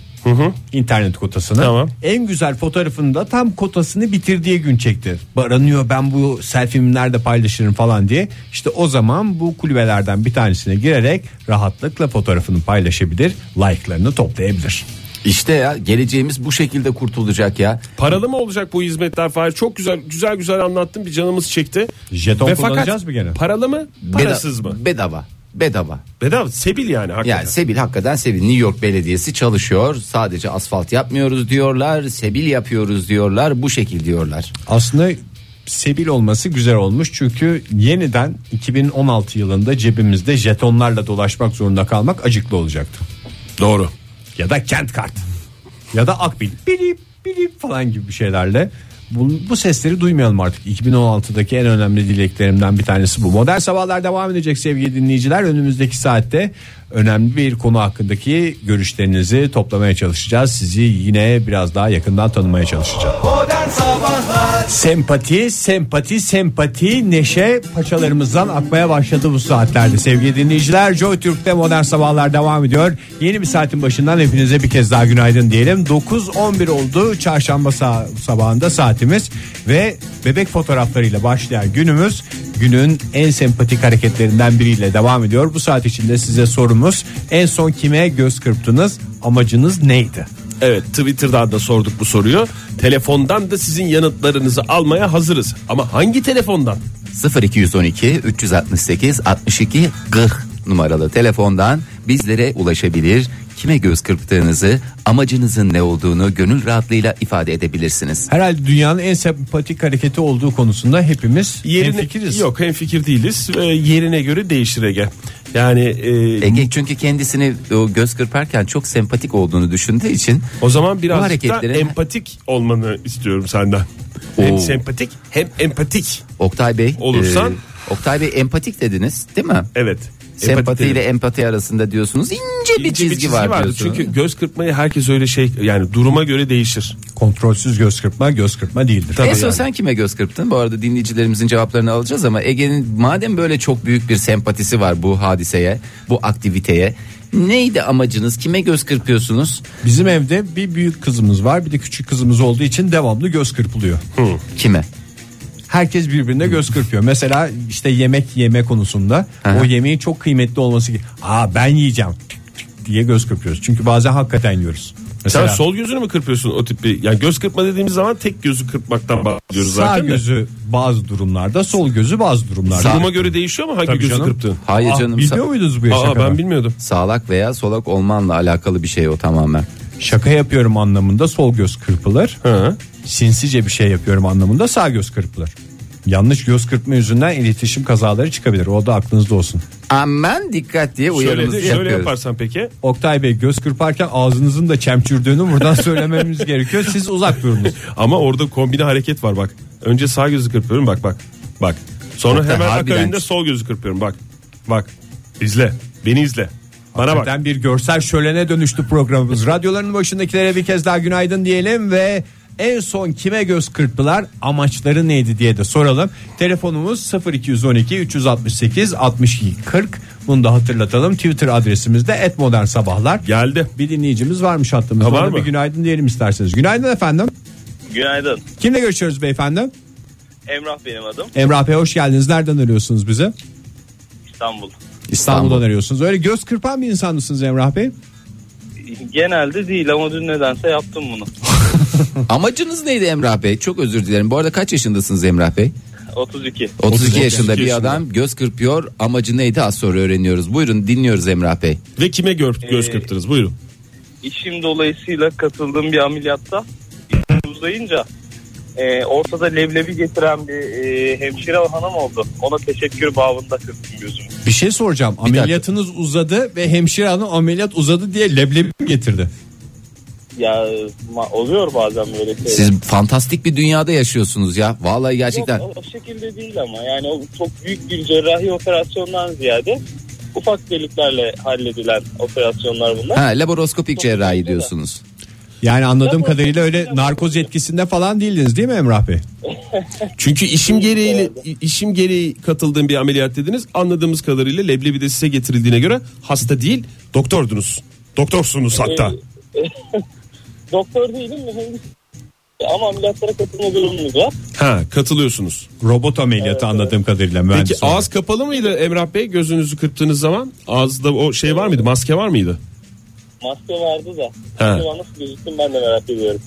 S3: İnternet kotasını.
S4: Tamam.
S3: En güzel fotoğrafını da tam kotasını bitirdiği gün çekti. Baranıyor ben bu selfie'mi nerede paylaşırım falan diye. İşte o zaman bu kulübelerden bir tanesine girerek rahatlıkla fotoğrafını paylaşabilir. Like'larını toplayabilir.
S2: İşte ya geleceğimiz bu şekilde kurtulacak ya.
S4: Paralı mı olacak bu hizmetler Fahir? Çok güzel güzel güzel anlattın bir canımız çekti.
S3: Jeton
S4: Ve fakat
S3: kullanacağız mı gene?
S4: Paralı mı parasız mı?
S2: Beda- Bedava. Bedava.
S4: Bedava sebil yani hakikaten.
S2: Yani Sebil hakikaten Sebil New York Belediyesi çalışıyor. Sadece asfalt yapmıyoruz diyorlar. Sebil yapıyoruz diyorlar. Bu şekil diyorlar.
S3: Aslında sebil olması güzel olmuş çünkü yeniden 2016 yılında cebimizde jetonlarla dolaşmak zorunda kalmak acıklı olacaktı.
S4: Doğru.
S3: Ya da kent kart ya da akbil bilip bilip falan gibi bir şeylerle bu, bu sesleri duymayalım artık. 2016'daki en önemli dileklerimden bir tanesi bu. Modern Sabahlar devam edecek sevgili dinleyiciler. Önümüzdeki saatte önemli bir konu hakkındaki görüşlerinizi toplamaya çalışacağız. Sizi yine biraz daha yakından tanımaya çalışacağız. Sempati, sempati, sempati neşe paçalarımızdan akmaya başladı bu saatlerde. Sevgili dinleyiciler, Joy Türk'te modern sabahlar devam ediyor. Yeni bir saatin başından hepinize bir kez daha günaydın diyelim. 9.11 oldu çarşamba sa- sabahında saatimiz ve bebek fotoğraflarıyla başlayan günümüz günün en sempatik hareketlerinden biriyle devam ediyor. Bu saat içinde size sorumuz en son kime göz kırptınız, amacınız neydi?
S4: Evet Twitter'dan da sorduk bu soruyu. Telefondan da sizin yanıtlarınızı almaya hazırız. Ama hangi telefondan?
S2: 0212 368 62 40 numaralı telefondan bizlere ulaşabilir. Kime göz kırptığınızı, amacınızın ne olduğunu gönül rahatlığıyla ifade edebilirsiniz.
S3: Herhalde dünyanın en sempatik hareketi olduğu konusunda hepimiz
S4: Yerine,
S3: hemfikiriz.
S4: Yok hemfikir değiliz. Ee, yerine göre değişir Ege. Yani e,
S2: Ege çünkü kendisini o göz kırparken çok sempatik olduğunu düşündüğü için
S4: o zaman
S2: bu
S4: birazcık da
S2: hareketleri
S4: empatik olmanı istiyorum senden. Hem
S2: Oo.
S4: sempatik hem empatik.
S2: Oktay Bey
S4: Olursan-
S2: e, Oktay Bey empatik dediniz değil mi?
S4: Evet. empatik
S2: Sempati
S4: dedim.
S2: ile empati arasında diyorsunuz ince bir
S4: İnce
S2: çizgi, var
S4: vardır.
S2: diyorsunuz.
S4: Çünkü göz kırpmayı herkes öyle şey yani duruma göre değişir.
S3: Kontrolsüz göz kırpma göz kırpma değildir.
S2: en son sen kime göz kırptın? Bu arada dinleyicilerimizin cevaplarını alacağız ama Ege'nin madem böyle çok büyük bir sempatisi var bu hadiseye, bu aktiviteye. Neydi amacınız? Kime göz kırpıyorsunuz?
S3: Bizim evde bir büyük kızımız var bir de küçük kızımız olduğu için devamlı göz kırpılıyor.
S2: Kime?
S3: Herkes birbirine göz kırpıyor. Mesela işte yemek yeme konusunda
S2: Aha.
S3: o yemeğin çok kıymetli olması gibi. Aa ben yiyeceğim diye göz kırpıyoruz. Çünkü bazen hakikaten yiyoruz. Mesela
S4: Sen sol gözünü mü kırpıyorsun o tip bir? Yani göz kırpma dediğimiz zaman tek gözü kırpmaktan bahsediyoruz
S3: sağ
S4: zaten. de.
S3: gözü bazı durumlarda sol gözü bazı durumlarda.
S4: Duruma göre değişiyor mu hangi
S3: Tabii
S4: gözü
S3: canım.
S4: kırptığın?
S2: Hayır
S3: Ah,
S2: canım.
S3: Biliyor
S2: sa-
S3: muydunuz bu yaşa
S4: Aa
S3: kadar?
S4: ben bilmiyordum.
S2: sağlak veya solak olmanla alakalı bir şey o tamamen.
S3: şaka yapıyorum anlamında sol göz kırpılır.
S4: Hı.
S3: Sinsice bir şey yapıyorum anlamında sağ göz kırpılır. Yanlış göz kırpma yüzünden iletişim kazaları çıkabilir. O da aklınızda olsun.
S2: Aman dikkat diye
S4: Şöyle,
S2: uyarımızı
S4: de- şöyle
S2: yapıyoruz.
S4: yaparsan peki.
S3: Oktay Bey göz kırparken ağzınızın da çemçürdüğünü buradan söylememiz gerekiyor. Siz uzak durunuz.
S4: Ama orada kombine hareket var bak. Önce sağ gözü kırpıyorum bak bak. Bak. Sonra
S2: Hakikaten
S4: hemen
S2: harbiden.
S4: akabinde sol gözü kırpıyorum bak. Bak. İzle. Beni izle. Bana bak.
S3: Zaten bir görsel şölene dönüştü programımız. Radyoların başındakilere bir kez daha günaydın diyelim ve en son kime göz kırptılar amaçları neydi diye de soralım. Telefonumuz 0212 368 62 40 Bunu da hatırlatalım. Twitter adresimizde et modern sabahlar.
S4: Geldi.
S3: Bir dinleyicimiz varmış hattımızda.
S4: Ha, var
S3: Ona
S4: mı?
S3: Bir günaydın diyelim isterseniz. Günaydın efendim.
S5: Günaydın.
S3: Kimle görüşüyoruz beyefendi?
S5: Emrah benim adım.
S3: Emrah Bey hoş geldiniz. Nereden arıyorsunuz bize?
S5: İstanbul.
S3: İstanbul'dan arıyorsunuz. Öyle göz kırpan bir insan mısınız Emrah Bey?
S5: Genelde değil ama dün nedense yaptım bunu.
S2: Amacınız neydi Emrah Bey? Çok özür dilerim. Bu arada kaç yaşındasınız Emrah Bey?
S5: 32.
S2: 32,
S4: 32
S2: yaşında bir
S4: yaşında.
S2: adam göz kırpıyor. Amacı neydi az sonra öğreniyoruz. Buyurun dinliyoruz Emrah Bey.
S4: Ve kime gör, göz kırptınız buyurun.
S5: İşim dolayısıyla katıldığım bir ameliyatta işim uzayınca e, ortada leblebi getiren bir e, hemşire hanım oldu. Ona teşekkür bağında kırptım gözümü.
S3: Bir şey soracağım.
S2: dakika.
S3: Ameliyatınız uzadı ve hemşire hanım ameliyat uzadı diye leblebi mi getirdi.
S5: Ya ma- oluyor bazen böyle şeyler.
S2: Siz fantastik bir dünyada yaşıyorsunuz ya. Vallahi
S5: Yok,
S2: gerçekten.
S5: o, o şekilde değil ama yani o çok büyük bir cerrahi operasyondan ziyade ufak deliklerle halledilen operasyonlar bunlar.
S2: Ha, laparoskopik cerrahi diyorsunuz.
S3: Yani anladığım kadarıyla öyle narkoz etkisinde falan değildiniz değil mi Emrah Bey?
S4: Çünkü işim gereği işim gereği katıldığım bir ameliyat dediniz. Anladığımız kadarıyla leblebi de size getirildiğine göre hasta değil, doktordunuz. Doktorsunuz hatta.
S5: Doktor değilim mühendis. Ama ameliyatlara katılma durumumuz var.
S4: Ha, katılıyorsunuz.
S3: Robot ameliyatı anladığım kadarıyla mühendis
S4: Peki
S3: olarak.
S4: ağız kapalı mıydı Emrah Bey? Gözünüzü kırptığınız zaman ağızda o şey var mıydı? Maske var mıydı?
S5: Maske vardı da.
S4: He.
S5: Acaba nasıl gözüktüm ben de merak ediyorum.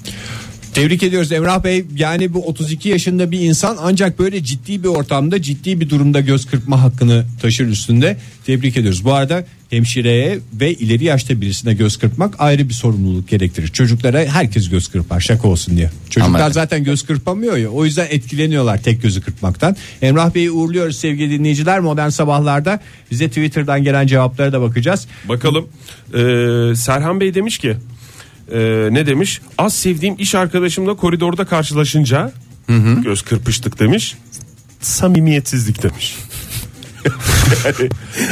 S3: Tebrik ediyoruz Emrah Bey. Yani bu 32 yaşında bir insan ancak böyle ciddi bir ortamda ciddi bir durumda göz kırpma hakkını taşır üstünde. Tebrik ediyoruz. Bu arada hemşireye ve ileri yaşta birisine göz kırpmak ayrı bir sorumluluk gerektirir. Çocuklara herkes göz kırpar şaka olsun diye. Çocuklar
S2: Ama-
S3: zaten göz kırpamıyor ya o yüzden etkileniyorlar tek gözü kırpmaktan. Emrah Bey'i uğurluyoruz sevgili dinleyiciler modern sabahlarda. Bize Twitter'dan gelen cevaplara da bakacağız.
S4: Bakalım. Ee, Serhan Bey demiş ki e, ne demiş? Az sevdiğim iş arkadaşımla koridorda karşılaşınca göz kırpıştık demiş. Samimiyetsizlik demiş.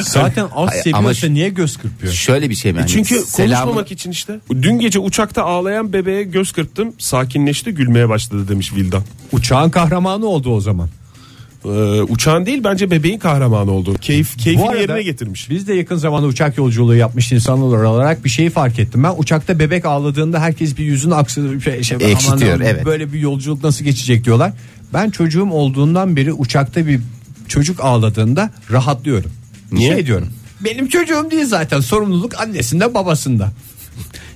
S3: Zaten az
S2: Ay,
S3: seviyorsa
S2: ama-
S3: niye göz kırpıyor?
S2: Şöyle bir şey mi? Hani
S4: Çünkü
S2: selamı-
S4: konuşmamak için işte. Dün gece uçakta ağlayan bebeğe göz kırptım. Sakinleşti gülmeye başladı demiş Vildan.
S3: Uçağın kahramanı oldu o zaman.
S4: Ee, uçağın değil bence bebeğin kahramanı oldu. Keyif, keyfini
S3: Bu arada
S4: yerine getirmiş.
S3: Biz de yakın zamanda uçak yolculuğu yapmış insanlar olarak bir şeyi fark ettim. Ben uçakta bebek ağladığında herkes bir yüzünü aksıyor. Şey, şey, aman
S2: Ekşitiyor,
S3: aman,
S2: evet.
S3: Böyle bir yolculuk nasıl geçecek diyorlar. Ben çocuğum olduğundan beri uçakta bir çocuk ağladığında rahatlıyorum.
S2: Niye?
S3: Şey diyorum. Benim çocuğum değil zaten sorumluluk annesinde babasında.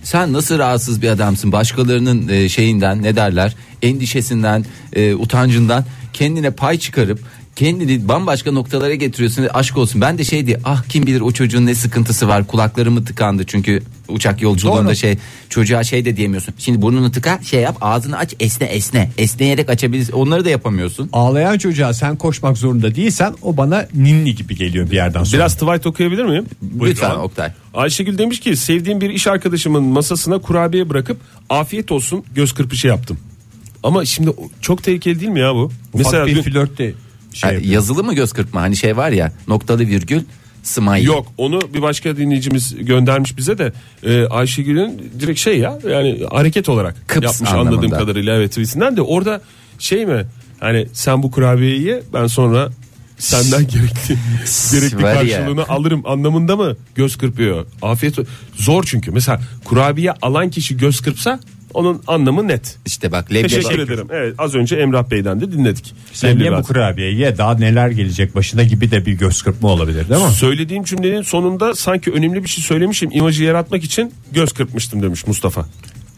S2: Sen nasıl rahatsız bir adamsın? Başkalarının e, şeyinden ne derler? Endişesinden, e, utancından kendine pay çıkarıp kendini bambaşka noktalara getiriyorsun. Aşk olsun. Ben de şeydi. Ah kim bilir o çocuğun ne sıkıntısı var. Kulaklarımı tıkandı çünkü uçak yolculuğunda
S3: Doğru.
S2: şey çocuğa şey de diyemiyorsun. Şimdi burnunu tıka, şey yap, ağzını aç, esne esne. Esneyerek açabilirsin. Onları da yapamıyorsun.
S3: Ağlayan çocuğa sen koşmak zorunda değilsen o bana ninni gibi geliyor bir yerden sonra.
S4: Biraz Twilight okuyabilir miyim?
S2: Lütfen
S4: abi.
S2: Oktay.
S4: Ayşegül demiş ki sevdiğim bir iş arkadaşımın masasına kurabiye bırakıp afiyet olsun göz kırpışı yaptım. Ama şimdi o- çok tehlikeli değil mi ya bu?
S3: Mesela
S4: Mesela
S3: bir
S4: dün-
S3: flört de şey
S2: Yani
S3: yapıyor.
S2: yazılı mı göz kırpma? Hani şey var ya. Noktalı virgül smile.
S4: Yok onu bir başka dinleyicimiz göndermiş bize de e, Ayşegül'ün direkt şey ya yani hareket olarak
S2: Kıps
S4: yapmış
S2: anlamında.
S4: anladığım kadarıyla evet tweetinden de orada şey mi hani sen bu kurabiyeyi ye ben sonra senden gerekli gerekli
S2: Var ya.
S4: karşılığını alırım anlamında mı göz kırpıyor afiyet ol- zor çünkü mesela kurabiye alan kişi göz kırpsa onun anlamı net
S2: İşte bak leblebi.
S4: teşekkür ederim evet az önce Emrah Bey'den de dinledik
S3: Sen ye
S4: Leblebi
S3: bu kurabiyeyi ye daha neler gelecek başına gibi de bir göz kırpma olabilir değil mi?
S4: Söylediğim cümlenin sonunda sanki önemli bir şey söylemişim. imajı yaratmak için göz kırpmıştım demiş Mustafa.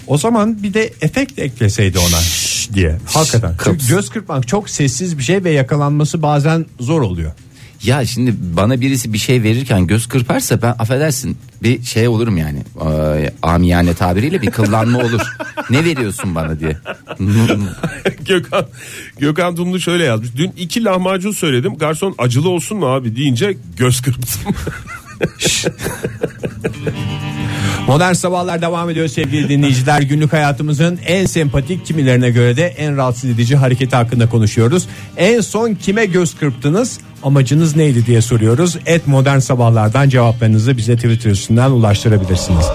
S3: O zaman bir de efekt ekleseydi ona diye. Hakikaten. Çünkü
S2: Kıps.
S3: göz kırpmak çok sessiz bir şey ve yakalanması bazen zor oluyor.
S2: Ya şimdi bana birisi bir şey verirken göz kırparsa ben affedersin bir şey olurum yani. Ee, amiyane tabiriyle bir kıllanma olur. ne veriyorsun bana diye.
S4: Gökhan, Gökhan Dumlu şöyle yazmış. Dün iki lahmacun söyledim. Garson acılı olsun mu abi deyince göz kırptım.
S3: Modern sabahlar devam ediyor sevgili dinleyiciler. Günlük hayatımızın en sempatik kimilerine göre de en rahatsız edici hareketi hakkında konuşuyoruz. En son kime göz kırptınız? Amacınız neydi diye soruyoruz. Et modern sabahlardan cevaplarınızı bize Twitter üstünden ulaştırabilirsiniz.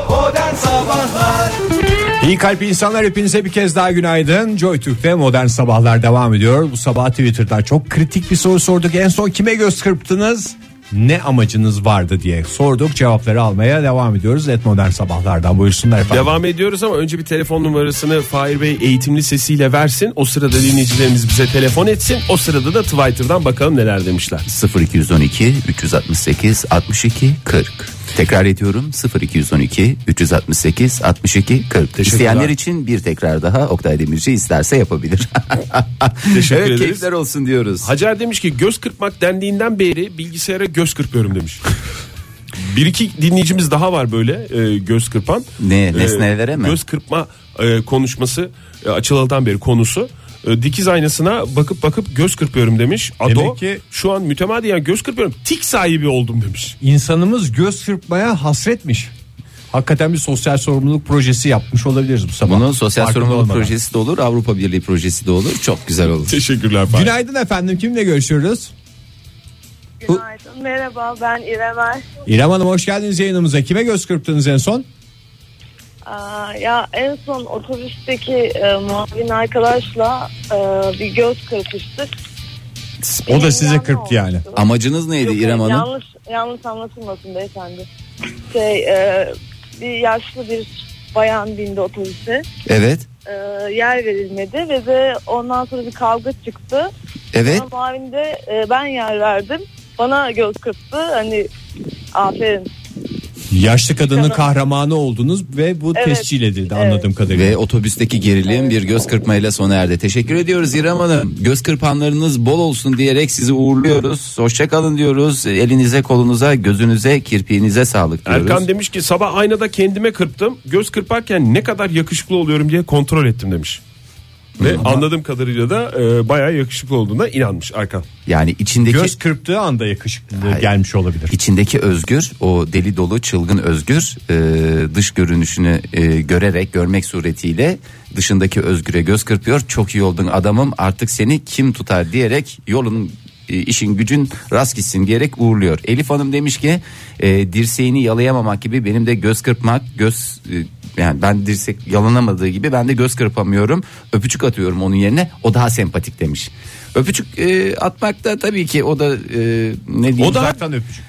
S3: İyi kalp insanlar hepinize bir kez daha günaydın. Joy Türk'te modern sabahlar devam ediyor. Bu sabah Twitter'dan çok kritik bir soru sorduk. En son kime göz kırptınız? ne amacınız vardı diye sorduk. Cevapları almaya devam ediyoruz. Et Modern Sabahlar'dan buyursunlar efendim.
S4: Devam ediyoruz ama önce bir telefon numarasını Fahir Bey eğitimli sesiyle versin. O sırada dinleyicilerimiz bize telefon etsin. O sırada da Twitter'dan bakalım neler demişler.
S2: 0212 368 62 40. Tekrar ediyorum 0212 368 62 40. İsteyenler için bir tekrar daha Oktay Demirci isterse yapabilir.
S4: Teşekkür
S2: evet,
S4: ederiz.
S2: keyifler olsun diyoruz.
S4: Hacer demiş ki göz kırpmak dendiğinden beri bilgisayara göz kırpıyorum demiş. Bir iki dinleyicimiz daha var böyle e, göz kırpan. E,
S2: Ne, nesnelere mi?
S4: Göz kırpma e, konuşması e, açılalıdan beri konusu. E, dikiz aynasına bakıp bakıp göz kırpıyorum demiş. Ado
S3: Demek ki-
S4: şu an mütemadiyen göz kırpıyorum. Tik sahibi oldum demiş.
S3: İnsanımız göz kırpmaya hasretmiş. Hakikaten bir sosyal sorumluluk projesi yapmış olabiliriz bu sabah.
S2: Bunun sosyal
S3: Farkında
S2: sorumluluk
S3: olmadan.
S2: projesi de olur, Avrupa Birliği projesi de olur. Çok güzel olur.
S4: Teşekkürler. Fahir.
S3: Günaydın efendim kimle görüşüyoruz?
S6: Günaydın. Merhaba ben İrem Er.
S3: İrem Hanım hoş geldiniz yayınımıza. Kime göz kırptınız en son?
S6: Aa, ya en son otobüsteki e, muavin arkadaşla e, bir göz kırpıştık.
S3: O da
S6: Benim
S3: size
S6: yanlış
S3: kırptı yani.
S6: oldu.
S2: Amacınız neydi
S6: Yok,
S2: İrem
S6: hayır,
S2: Hanım?
S6: Yanlış, yanlış anlatılmasın beyefendi. Şey, e, bir yaşlı bir bayan bindi otobüse.
S2: Evet.
S6: E, yer verilmedi ve de ondan sonra bir kavga çıktı.
S2: Evet.
S6: Ama muavin de e, ben yer verdim. Bana göz kırptı. Hani aferin.
S3: Yaşlı kadının
S6: Tamam.
S3: kahramanı oldunuz ve bu
S6: Evet.
S3: tescil edildi
S6: Evet.
S3: anladığım kadarıyla.
S2: Ve otobüsteki gerilim bir göz kırpmayla sona erdi. Teşekkür ediyoruz İrem Hanım. Göz kırpanlarınız bol olsun diyerek sizi uğurluyoruz. Hoşçakalın diyoruz. Elinize, kolunuza, gözünüze, kirpiğinize sağlık diyoruz.
S4: Erkan demiş ki sabah aynada kendime kırptım. Göz kırparken ne kadar yakışıklı oluyorum diye kontrol ettim demiş. Ve anladığım kadarıyla da e, bayağı yakışıklı olduğuna inanmış Erkan.
S2: yani içindeki
S3: Göz kırptığı anda yakışıklılığı gelmiş olabilir.
S2: içindeki özgür, o deli dolu çılgın özgür e, dış görünüşünü e, görerek, görmek suretiyle dışındaki özgüre göz kırpıyor. Çok iyi oldun adamım. Artık seni kim tutar diyerek yolun e, işin gücün rast gitsin diyerek uğurluyor. Elif Hanım demiş ki e, dirseğini yalayamamak gibi benim de göz kırpmak göz e, yani ben dirsek yalanamadığı gibi ben de göz kırpamıyorum. Öpücük atıyorum onun yerine. O daha sempatik demiş. Öpücük e, atmak da tabii ki o da e, ne diyeyim?
S4: O da
S3: Uzaktan öpücük.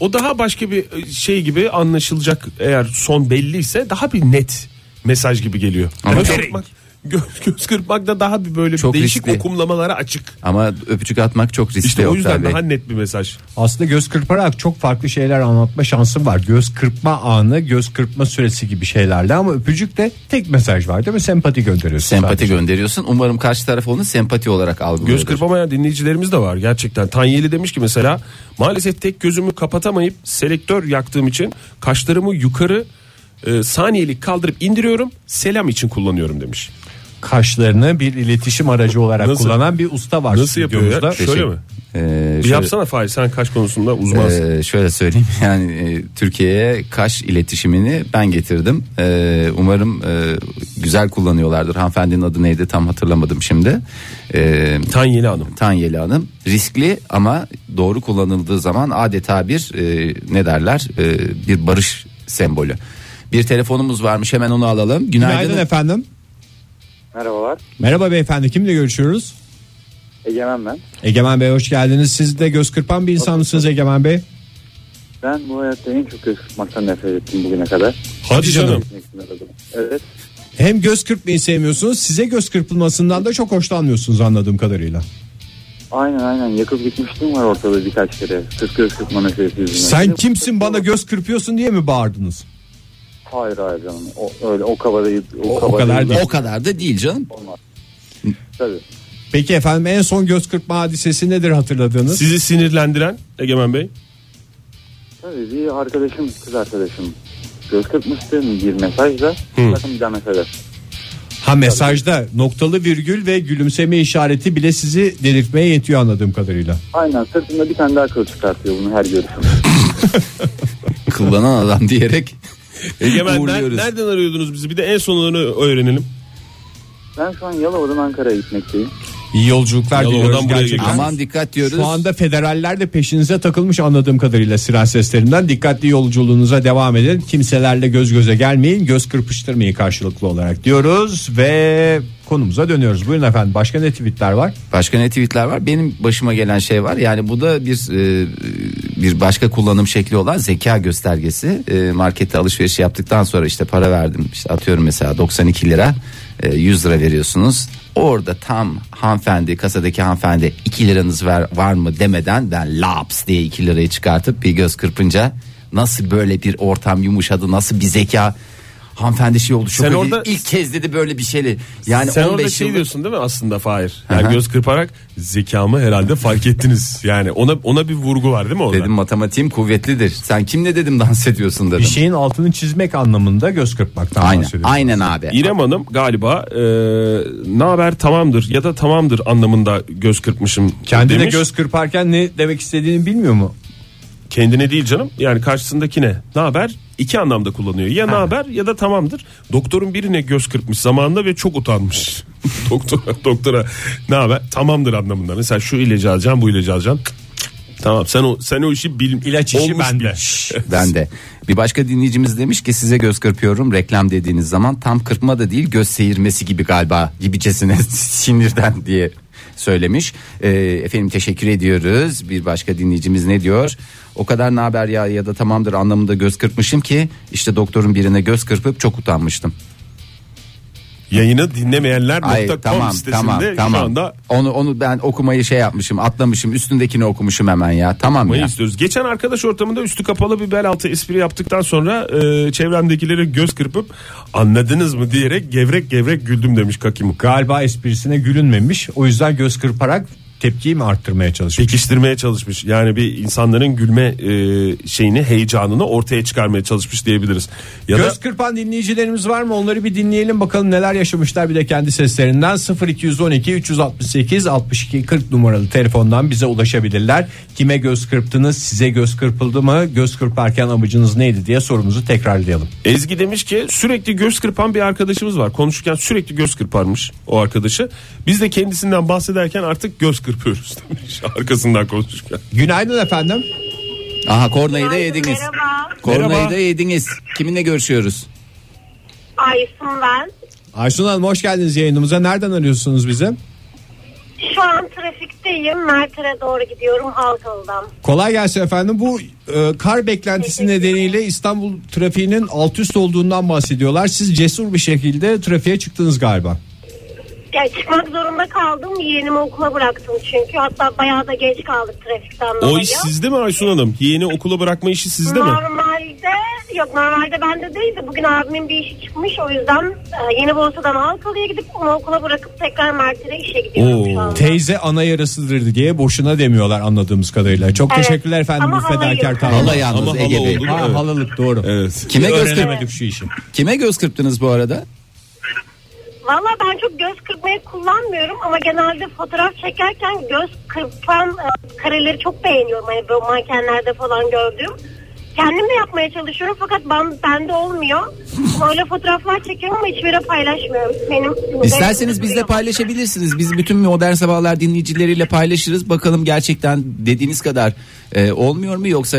S4: O daha başka bir şey gibi anlaşılacak eğer son belliyse daha bir net mesaj gibi geliyor.
S2: Ama
S4: göz,
S2: çok-
S4: kırpmak, göz, göz kırpmak da daha bir böyle
S2: Çok
S4: değişik
S2: riskli.
S4: okumlamalara açık.
S2: Ama öpücük atmak çok riskli
S4: İşte o
S2: Oktay
S4: yüzden hani
S2: Bey.
S4: daha net bir mesaj.
S3: Aslında göz kırparak çok farklı şeyler anlatma şansım var. Göz kırpma anı, göz kırpma süresi gibi şeylerde ama öpücük de tek mesaj var değil mi? Sempati gönderiyorsun.
S2: Sempati
S3: sadece.
S2: gönderiyorsun. Umarım karşı taraf onu sempati olarak algılıyor.
S4: Göz kırpamayan dinleyicilerimiz de var gerçekten. Tanyeli demiş ki mesela maalesef tek gözümü kapatamayıp selektör yaktığım için kaşlarımı yukarı e, saniyelik kaldırıp indiriyorum. Selam için kullanıyorum demiş.
S3: Kaşlarını bir iletişim aracı olarak
S4: Nasıl?
S3: kullanan bir usta var.
S4: Nasıl yapıyor ya?
S3: stüdyomuzda.
S4: Şöyle mi? Bir yapsana Fahir sen kaş konusunda uzmansın.
S2: Ee, şöyle söyleyeyim yani e, Türkiye'ye kaş iletişimini ben getirdim. Ee, umarım e, güzel kullanıyorlardır. Hanımefendinin adı neydi tam hatırlamadım şimdi. Ee,
S4: Tanyeli Hanım.
S2: Tanyeli Hanım riskli ama doğru kullanıldığı zaman adeta bir e, ne derler E, bir barış sembolü. Bir telefonumuz varmış hemen onu alalım. Günaydın,
S3: Günaydın, efendim.
S7: Merhabalar.
S3: Merhaba beyefendi kimle görüşüyoruz?
S7: Egemen ben.
S3: Egemen Bey hoş geldiniz. Siz de göz kırpan bir insan mısınız Egemen Bey?
S7: Ben bu hayatta en çok göz kırpmaktan nefret ettim bugüne kadar.
S4: Hadi canım.
S7: Evet.
S3: Hem göz kırpmayı sevmiyorsunuz size göz kırpılmasından da çok hoşlanmıyorsunuz anladığım kadarıyla.
S7: Aynen aynen yakıp gitmiştim var ortada birkaç kere. Kız göz kırpma nefreti yüzünden.
S3: Sen
S7: Şimdi-
S3: kimsin bana göz kırpıyorsun diye mi bağırdınız?
S7: Hayır hayır canım. O, öyle o kabadayı. O,
S3: o
S7: kabadayı-
S3: kadar değil.
S2: O kadar da değil canım.
S7: Tabii.
S3: Peki efendim en son göz kırpma hadisesi nedir hatırladığınız?
S4: Sizi sinirlendiren Egemen Bey.
S7: Tabii bir arkadaşım kız arkadaşım göz kırpmıştı bir mesajla. Bakın bir daha mesaj at.
S3: Ha mesajda noktalı virgül ve gülümseme işareti bile sizi delirtmeye yetiyor anladığım kadarıyla.
S7: Aynen sırtında bir tane daha kıl çıkartıyor bunu her görüşümde.
S2: Kullanan adam diyerek
S4: Egemen ner-
S2: uğurluyoruz.
S4: nereden arıyordunuz bizi? Bir de en sonunu öğrenelim.
S7: ben şu an Yalova'dan Ankara'ya gitmekteyim.
S3: İyi yolculuklar
S4: Yalova'dan
S3: diliyoruz
S4: buraya
S3: gerçekten.
S4: geliyoruz.
S2: Aman dikkat diyoruz.
S3: Şu anda federaller de peşinize takılmış anladığım kadarıyla siren seslerinden. Dikkatli yolculuğunuza devam edin. Kimselerle göz göze gelmeyin. Göz kırpıştırmayın karşılıklı olarak diyoruz. Ve konumuza dönüyoruz. Buyurun efendim başka ne tweetler var?
S2: Başka ne tweetler var? Benim başıma gelen şey var. Yani bu da bir e, bir başka kullanım şekli olan zeka göstergesi. E, markette alışveriş yaptıktan sonra işte para verdim. İşte atıyorum mesela 92 lira e, 100 lira veriyorsunuz. Orada tam hanımefendi kasadaki hanımefendi 2 liranız var, var mı demeden ben laps diye 2 lirayı çıkartıp bir göz kırpınca nasıl böyle bir ortam yumuşadı nasıl bir zeka hanımefendi şey oldu. Şok
S4: Sen
S2: Sen
S4: orada-
S2: ilk kez dedi böyle bir şeyli. Yani
S4: Sen
S2: 15
S4: orada şey
S2: yıllık-
S4: diyorsun değil mi aslında Fahir? Yani
S2: Aha.
S4: göz kırparak zekamı herhalde fark ettiniz. Yani ona ona bir vurgu var değil mi orada?
S2: Dedim matematiğim kuvvetlidir. Sen kimle dedim dans ediyorsun dedim.
S3: Bir şey şeyin altını çizmek anlamında göz kırpmaktan
S2: aynen.
S3: bahsediyoruz.
S2: Aynen abi.
S4: İrem Hanım galiba e, ne haber tamamdır ya da tamamdır anlamında göz kırpmışım
S3: Kendine
S4: demiş.
S3: göz kırparken ne demek istediğini bilmiyor mu?
S4: Kendine değil canım yani karşısındakine ne haber iki anlamda kullanıyor. Ya ne haber ya da tamamdır. Doktorun birine göz kırpmış zamanında ve çok utanmış. doktora, doktora ne haber tamamdır anlamında. Mesela şu ilacı alacağım bu ilacı alacağım. Tamam sen o sen o işi bil
S3: İlaç işi
S4: olmuş
S3: bende.
S4: bil.
S2: Ben de. Bir başka dinleyicimiz demiş ki size göz kırpıyorum reklam dediğiniz zaman tam kırpma da değil göz seyirmesi gibi galiba gibicesine sinirden diye söylemiş. Ee, efendim teşekkür ediyoruz. Bir başka dinleyicimiz ne diyor? O kadar ne haber ya ya da tamamdır anlamında göz kırpmışım ki işte doktorun birine göz kırpıp çok utanmıştım.
S4: Yayını dinlemeyenler
S2: Ay
S4: nokta com
S2: tamam
S4: sitesinde
S2: tamam
S4: şu
S2: tamam.
S4: anda
S2: Onu onu ben okumayı şey yapmışım, atlamışım, üstündekini okumuşum hemen ya. Tamam
S4: yapmayı
S2: ya.
S4: istiyoruz. Geçen arkadaş ortamında üstü kapalı bir bel altı espri yaptıktan sonra e, çevremdekilere göz kırpıp anladınız mı diyerek gevrek gevrek güldüm demiş Kakim.
S3: Galiba esprisine gülünmemiş. O yüzden göz kırparak tepkiyi mi arttırmaya çalışmış?
S4: Pekiştirmeye çalışmış. Yani bir insanların gülme e, şeyini, heyecanını ortaya çıkarmaya çalışmış diyebiliriz. Ya da
S3: Göz kırpan dinleyicilerimiz var mı? Onları bir dinleyelim bakalım neler yaşamışlar bir de kendi seslerinden 0212 368 62 40 numaralı telefondan bize ulaşabilirler. Kime göz kırptınız? Size göz kırpıldı mı? Göz kırparken amacınız neydi diye sorumuzu tekrarlayalım.
S4: Ezgi demiş ki sürekli göz kırpan bir arkadaşımız var. Konuşurken sürekli göz kırparmış o arkadaşı. Biz de kendisinden bahsederken artık göz kırpıyoruz demiş arkasından konuşurken.
S3: Günaydın efendim.
S2: Aha kornayı da yediniz.
S8: Merhaba.
S2: Kornayı
S4: Merhaba.
S2: da yediniz. Kiminle görüşüyoruz?
S8: Aysun ben.
S3: Aysun Hanım hoş geldiniz yayınımıza. Nereden arıyorsunuz bizi?
S8: Şu an trafikteyim. Mert'e doğru gidiyorum Halkalı'dan.
S3: Kolay gelsin efendim. Bu e, kar beklentisi nedeniyle İstanbul trafiğinin alt üst olduğundan bahsediyorlar. Siz cesur bir şekilde trafiğe çıktınız galiba.
S8: Ya çıkmak zorunda kaldım. Yeğenimi okula bıraktım çünkü. Hatta bayağı da geç kaldık trafikten dolayı.
S4: O iş sizde mi Aysun Hanım? Yeğeni okula bırakma işi sizde mi?
S8: Normalde yok normalde bende değildi. Bugün abimin bir işi çıkmış o yüzden e, yeni Bursa'dan Halkalı'ya gidip onu okula bırakıp tekrar Mert'e işe gidiyorum şu
S4: Oo.
S8: anda.
S3: Teyze ana yarasıdır diye boşuna demiyorlar anladığımız kadarıyla. Çok
S8: Evet.
S3: teşekkürler efendim
S8: Ama
S3: bu fedakar
S8: halayı-
S3: tavrı.
S2: Hala yalnız
S4: ama
S2: Ege
S4: hala
S2: Bey.
S4: oldu.
S3: Ha,
S4: Evet.
S3: halalık doğru.
S4: Evet.
S2: Kime göz, kırp-
S3: Öğrenemedim şu işi.
S2: kime göz kırptınız bu arada?
S8: Valla ben çok göz kırpmayı kullanmıyorum ama genelde fotoğraf çekerken göz kırpan e, kareleri çok beğeniyorum. Hani böyle mankenlerde falan gördüğüm. Kendim de yapmaya çalışıyorum fakat ben, bende olmuyor. Ama Öyle fotoğraflar çekiyorum ama hiçbir yere paylaşmıyorum. Benim
S2: İsterseniz bizle paylaşabilirsiniz. Biz bütün modern sabahlar dinleyicileriyle paylaşırız. Bakalım gerçekten dediğiniz kadar e, olmuyor mu yoksa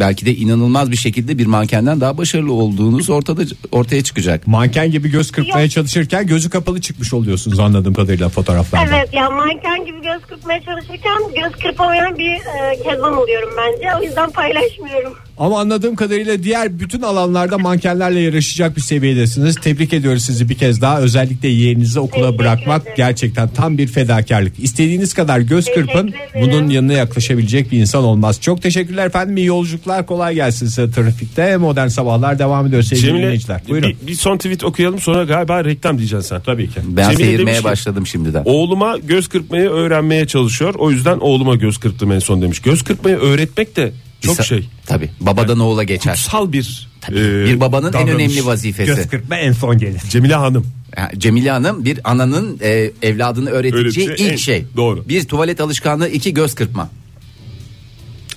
S2: belki de inanılmaz bir şekilde bir mankenden daha başarılı olduğunuz ortada ortaya çıkacak.
S3: Manken gibi göz kırpmaya
S8: Yok.
S3: çalışırken gözü kapalı çıkmış oluyorsunuz anladığım kadarıyla fotoğraflarda.
S8: Evet ya manken gibi göz kırpmaya çalışırken göz kırpamayan bir e, kezban oluyorum bence. O yüzden paylaşmıyorum.
S3: Ama anladığım kadarıyla diğer bütün alanlarda mankenlerle yarışacak bir seviyedesiniz. Tebrik ediyoruz sizi bir kez daha. Özellikle yeğeninizi okula
S8: Teşekkür
S3: bırakmak
S8: ederim.
S3: gerçekten tam bir fedakarlık. İstediğiniz kadar göz
S8: Teşekkür
S3: kırpın.
S8: ederim.
S3: Bunun yanına yaklaşabilecek bir insan olmaz. Çok teşekkürler efendim. İyi yolculuklar. Kolay gelsin size trafikte. Modern sabahlar devam ediyor sevgili
S4: Cemile
S3: dinleyiciler. Buyurun.
S4: bir, bir son tweet okuyalım sonra galiba reklam diyeceksin sen. Tabii ki.
S2: Ben seyirmeye başladım şimdiden.
S4: Oğluma göz kırpmayı öğrenmeye çalışıyor. O yüzden oğluma göz kırptım en son demiş. Göz kırpmayı öğretmek de çok
S2: İsa-
S4: şey.
S2: Tabii. Babadan oğula geçer.
S4: Kutsal bir e,
S2: bir babanın
S4: davranış.
S2: en önemli vazifesi.
S3: kırpma en son gelir.
S4: Cemile Hanım.
S2: Ha, Cemile Hanım bir ananın e, evladını öğreteceği
S4: Öğreteceği
S2: ilk
S4: en-
S2: şey.
S4: doğru.
S2: Bir tuvalet alışkanlığı, iki göz kırpma.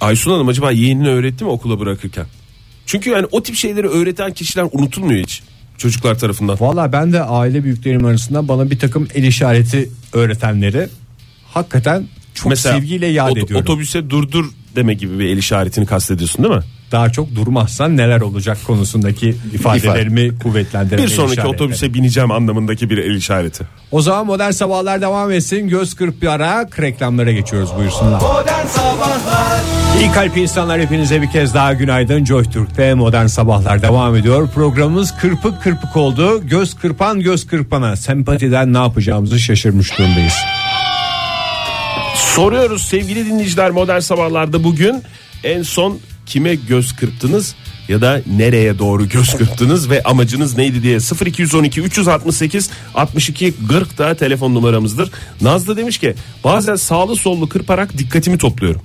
S4: Aysun Hanım acaba yeğenini öğretti mi okula bırakırken? Çünkü yani o tip şeyleri öğreten kişiler unutulmuyor hiç. çocuklar tarafından?
S3: Valla ben de aile büyüklerim arasından bana bir takım el işareti öğretenleri hakikaten çok sevgiyle yad
S4: ot-
S3: ediyorum.
S4: otobüse durdur deme gibi bir el işaretini kastediyorsun değil mi?
S3: Daha çok durmazsan neler olacak konusundaki ifadelerimi kuvvetlendirmeye
S4: bir sonraki
S3: işaretleri.
S4: otobüse bineceğim anlamındaki bir el işareti.
S3: O zaman modern sabahlar devam etsin. Göz kırparak reklamlara geçiyoruz buyursunlar. İyi kalp insanlar hepinize bir kez daha günaydın. Joy Türk'te modern sabahlar devam ediyor. Programımız kırpık kırpık oldu. Göz kırpan göz kırpana. Sempatiden ne yapacağımızı şaşırmış durumdayız.
S4: Soruyoruz sevgili dinleyiciler modern sabahlarda bugün en son kime göz kırptınız ya da nereye doğru göz kırptınız ve amacınız neydi diye 0212 368 62 40 da telefon numaramızdır. Nazlı demiş ki bazen sağlı sollu kırparak dikkatimi topluyorum.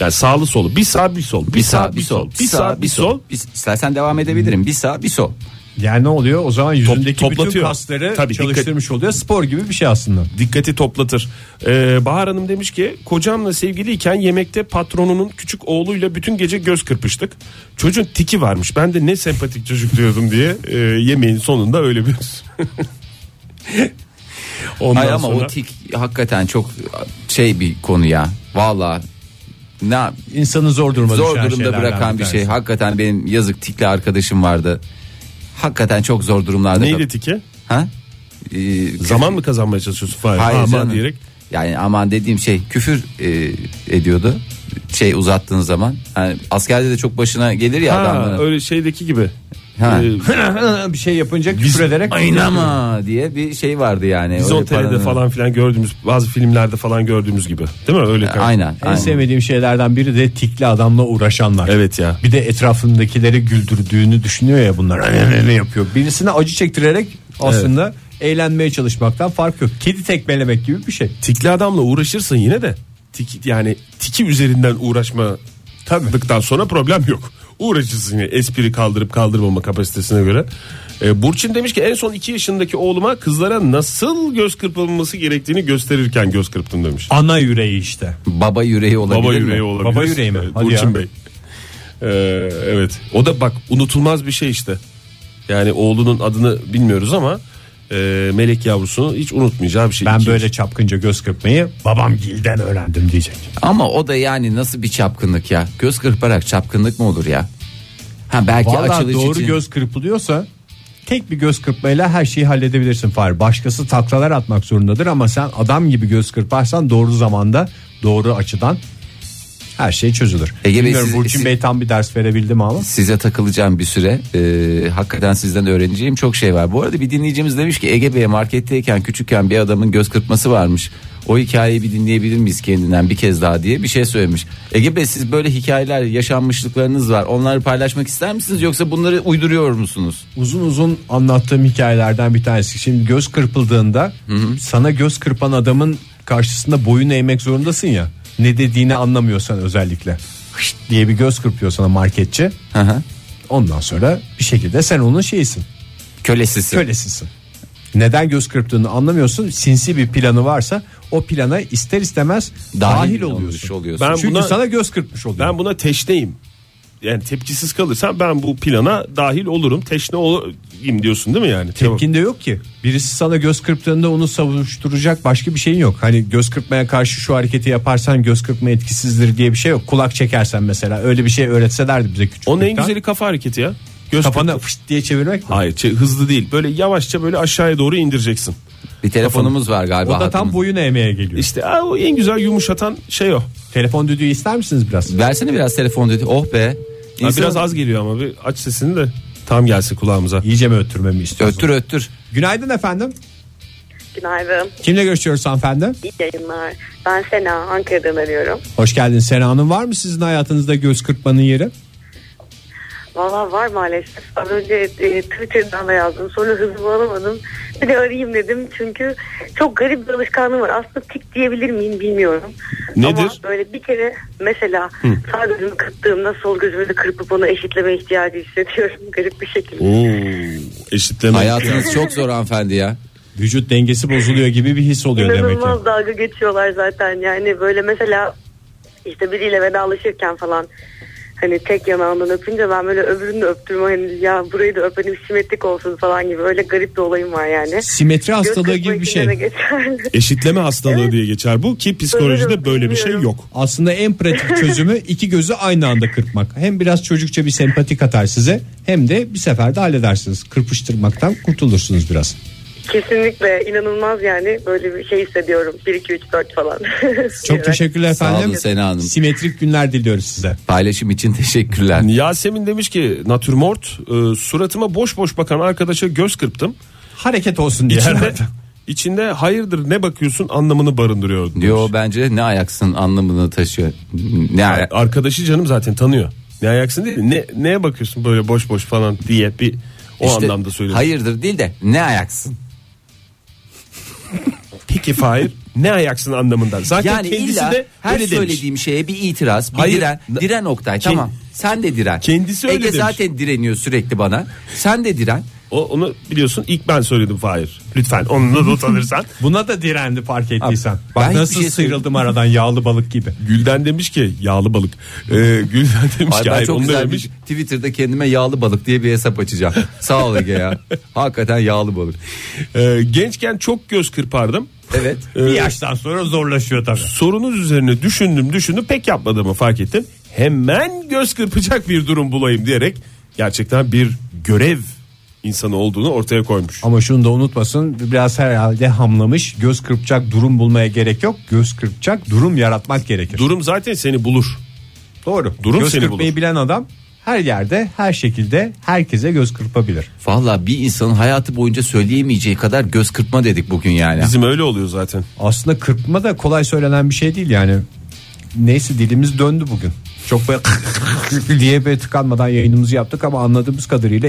S4: Yani sağlı solu bir sağ bir sol
S2: Bir sağ bir sol.
S4: bir sağ bir sol
S2: Bir- İstersen devam edebilirim. Bir sağ bir sol.
S3: Yani ne oluyor? O zaman yüzündeki bütün
S4: toplatıyor.
S3: kasları
S4: Tabii,
S3: çalıştırmış oluyor. Spor gibi bir şey aslında.
S4: dikkati toplatır. Ee, Bahar Hanım demiş ki kocamla sevgiliyken yemekte patronunun küçük oğluyla bütün gece göz kırpıştık. Çocuğun tiki varmış ben de ne sempatik çocuk diyordum diye e, yemeğin sonunda öyle bir... Ondan
S2: Hayır ama
S4: sonra
S2: o tik hakikaten çok şey bir konu ya. Valla ne
S3: İnsanı zor duruma
S2: zor
S3: düşen
S2: durumda
S3: şeylerden
S2: bırakan bir şey.
S3: tanesi.
S2: Hakikaten benim yazık tikli arkadaşım vardı. Hakikaten çok zor durumlarda.
S4: Neydi tiki?
S2: Ha? Ee,
S4: Zaman mı kazanmaya çalışıyorsun? Hayır,
S2: Hayır
S4: aman
S2: canım.
S4: diyerek.
S2: Yani aman dediğim şey küfür e, ediyordu. Şey uzattığın zaman. Yani askerde de çok başına gelir ya
S4: Ha,
S2: adamların.
S4: öyle şeydeki gibi.
S2: Ha.
S4: Ee,
S3: bir şey yapınca küfür ederek
S2: Aynama diye bir şey vardı yani.
S4: biz
S2: Öyle
S4: on TR'de
S2: paranın-
S4: falan filan gördüğümüz bazı filmlerde falan gördüğümüz gibi. Değil mi? Öyle.
S2: E, Aynen.
S3: En
S2: aynen.
S3: sevmediğim şeylerden biri de tikli adamla uğraşanlar.
S4: Evet ya.
S3: Bir de etrafındakileri güldürdüğünü düşünüyor ya bunlar. Ne yapıyor? Birisine acı çektirerek aslında eğlenmeye çalışmaktan fark yok. Kedi tekmelemek gibi bir şey.
S4: tikli adamla uğraşırsın yine de tik, yani tiki üzerinden uğraşmadıktan sonra problem yok. Uğraşırsın yine espri kaldırıp kaldırmama kapasitesine göre. Ee, Burçin demiş ki en son 2 yaşındaki oğluma kızlara nasıl göz kırpılması gerektiğini gösterirken göz kırptım demiş.
S3: Ana yüreği işte.
S2: Baba yüreği olabilir
S4: Baba
S2: mi?
S4: yüreği olabilir.
S3: Baba yüreği mi?
S4: Evet,
S3: Hadi
S4: Burçin
S3: ya.
S4: Bey. Ee, evet. O da bak unutulmaz bir şey işte. Yani oğlunun adını bilmiyoruz ama e, melek yavrusunu hiç unutmayacağı bir şey.
S3: Ben
S4: İki
S3: böyle çapkınca göz kırpmayı babam gilden öğrendim diyecek.
S2: Ama o da yani nasıl bir çapkınlık ya? Göz kırparak çapkınlık mı olur ya? Ha belki
S3: Valla
S2: açılış
S3: doğru
S2: için.
S3: göz kırpılıyorsa tek bir göz kırpmayla her şeyi halledebilirsin Fahir. Başkası taklalar atmak zorundadır ama sen adam gibi göz kırparsan doğru zamanda doğru açıdan her şey çözülür.
S2: Ege Bey,
S3: Bilmiyorum
S2: siz-
S3: Burçin
S2: siz-
S3: Bey tam bir ders verebildi mi ama.
S2: Size takılacağım bir süre. Ee, hakikaten sizden öğreneceğim çok şey var. Bu arada bir dinleyicimiz demiş ki Ege Bey'e marketteyken küçükken bir adamın göz kırpması varmış. O hikayeyi bir dinleyebilir miyiz kendinden bir kez daha diye bir şey söylemiş. Ege Bey siz böyle hikayeler, yaşanmışlıklarınız var. Onları paylaşmak ister misiniz yoksa bunları uyduruyor musunuz?
S3: Uzun uzun anlattığım hikayelerden bir tanesi. Şimdi göz kırpıldığında sana göz kırpan adamın karşısında boyun eğmek zorundasın ya. Ne dediğini anlamıyorsan özellikle. Hışt diye bir göz kırpıyor sana marketçi.
S2: Hı hı.
S3: Ondan sonra bir şekilde sen onun şeyisin.
S2: Kölesisin.
S3: kölesisin. Neden göz kırptığını anlamıyorsun. Sinsi bir planı varsa o plana ister istemez dahil,
S2: olmuş
S3: oluyorsun.
S2: oluyorsun.
S4: Ben
S3: Çünkü
S4: buna-
S3: sana göz kırpmış oluyor.
S4: Ben buna teşneyim. Yani tepkisiz kalırsam ben bu plana dahil olurum. Teşne olayım diyorsun değil mi yani?
S3: Tepkinde yok ki. Birisi sana göz kırptığında onu savuşturacak başka bir şeyin yok. Hani göz kırpmaya karşı şu hareketi yaparsan göz kırpma etkisizdir diye bir şey yok. Kulak çekersen mesela öyle bir şey öğretselerdi bize küçük.
S4: Onun en güzeli kafa hareketi ya. Göz
S3: kafanı
S4: kırptı-
S3: fışt diye çevirmek.
S4: Hayır çe- hızlı değil. Böyle yavaşça böyle aşağıya doğru indireceksin.
S2: Bir telefonumuz var
S3: O
S2: galiba.
S3: da tam
S2: hattımızda.
S3: boyun eğmeye geliyor.
S4: İşte aa, o en güzel yumuşatan şey o. Ha,
S3: Telefon düdüğü ister misiniz biraz?
S2: Versene biraz telefon dedi. Oh be. İnsan-
S4: biraz az geliyor ama bir aç sesini de tam gelsin kulağımıza.
S3: İyice mi öttürmemi istiyorsunuz?
S2: Öttür öttür.
S3: Günaydın efendim.
S9: Günaydın.
S3: Kimle görüşüyoruz hanımefendi?
S9: İyi yayınlar. Ben Sena Ankara'dan arıyorum.
S3: Hoş geldin Sena Hanım. Var mı sizin hayatınızda göz kırpmanın yeri?
S9: Valla var maalesef. Az önce e, Twitter'dan da yazdım. Sonra hızımı alamadım. Bir de arayayım dedim. Çünkü çok garip bir alışkanlığım var. Aslında tik diyebilir miyim bilmiyorum. Ama
S4: Nedir?
S9: böyle bir kere mesela sağ gözümü kırptığımda sol gözümü de kırpıp onu eşitleme ihtiyacı hissediyorum. Garip bir şekilde.
S4: Eşitleme.
S2: Hayatınız çok zor hanımefendi ya.
S3: Vücut dengesi bozuluyor gibi bir his oluyor demek
S9: İnanılmaz
S3: ki.
S9: dalga geçiyorlar zaten yani böyle mesela işte biriyle vedalaşırken falan Hani tek yanağından öpünce ben böyle öbürünü de öptüm. Hani ya burayı da öpelim simetrik olsun falan gibi. Öyle garip bir olayım var yani.
S3: Simetri
S9: Göz
S3: hastalığı gibi
S9: kırpma
S3: bir
S9: için
S3: şey.
S9: de geçerli.
S4: Eşitleme hastalığı diye geçer bu ki psikolojide
S9: Sanırım,
S4: böyle bir şey
S9: bilmiyorum.
S4: yok.
S3: Aslında en pratik çözümü iki gözü aynı anda kırpmak. Hem biraz çocukça bir sempatik atar size hem de bir seferde halledersiniz. Kırpıştırmaktan kurtulursunuz biraz.
S9: Kesinlikle inanılmaz yani. Böyle bir şey hissediyorum. 1 2 3 4 falan.
S3: Çok teşekkürler
S2: Sağ olun
S3: efendim.
S2: Sena Hanım.
S3: Simetrik günler diliyoruz size.
S2: Paylaşım için teşekkürler.
S4: Yasemin demiş ki natürmort e, suratıma boş boş bakan arkadaşa göz kırptım.
S3: Hareket olsun diye
S4: İçinde,
S3: herhalde.
S4: içinde hayırdır ne bakıyorsun anlamını barındırıyor. demiş.
S2: Yo bence ne ayaksın anlamını taşıyor. Ne ayak-
S4: Arkadaşı canım zaten tanıyor. Ne ayaksın değil ne neye bakıyorsun böyle boş boş falan diye bir o
S2: İşte
S4: anlamda söylüyorum.
S2: Hayırdır değil de ne ayaksın.
S4: Peki Fahir ne ayaksın anlamından. Zaten
S2: Yani
S4: kendisi
S2: illa
S4: de
S2: her
S4: öyle demiş.
S2: söylediğim şeye bir itiraz, bir
S4: Hayır.
S2: diren. Diren Oktay tamam. Sen de diren.
S4: Kendisi öyle
S2: Ege
S4: demiş.
S2: zaten direniyor sürekli bana. Sen de diren.
S4: O, onu biliyorsun ilk ben söyledim Fahir. Lütfen onu da not alırsan.
S3: Buna da direndi fark ettiysen. Bak
S2: ben hiçbir
S3: nasıl
S2: şey
S3: sıyrıldım aradan yağlı balık gibi.
S4: Gülden demiş ki yağlı balık. Ee, Gülden demiş
S2: Ay
S4: ki
S2: ben
S4: hayır
S2: çok
S4: onu da
S2: güzel
S4: demiş.
S2: bir Twitter'da kendime yağlı balık diye bir hesap açacağım. Sağ ol Ege ya. Hakikaten yağlı balık.
S4: Ee, gençken çok göz kırpardım.
S2: Evet.
S3: Bir yaştan sonra zorlaşıyor tabii.
S4: Ee, Sorunuz üzerine düşündüm düşündüm pek yapmadığımı fark ettim. Hemen göz kırpacak bir durum bulayım diyerek gerçekten bir görev insanı olduğunu ortaya koymuş.
S3: Ama şunu da unutmasın biraz herhalde hamlamış. Göz kırpacak durum bulmaya gerek yok. Göz kırpacak durum yaratmak gerekir.
S4: Durum zaten seni bulur.
S3: Doğru.
S4: Durum
S3: göz
S4: seni
S3: kırpmayı
S4: bulur.
S3: bilen adam her yerde her şekilde herkese göz kırpabilir.
S2: Valla bir insanın hayatı boyunca söyleyemeyeceği kadar göz kırpma dedik bugün yani.
S4: Bizim öyle oluyor zaten.
S3: Aslında kırpma da kolay söylenen bir şey değil yani. Neyse dilimiz döndü bugün. Çok böyle diye böyle tıkanmadan yayınımızı yaptık ama anladığımız kadarıyla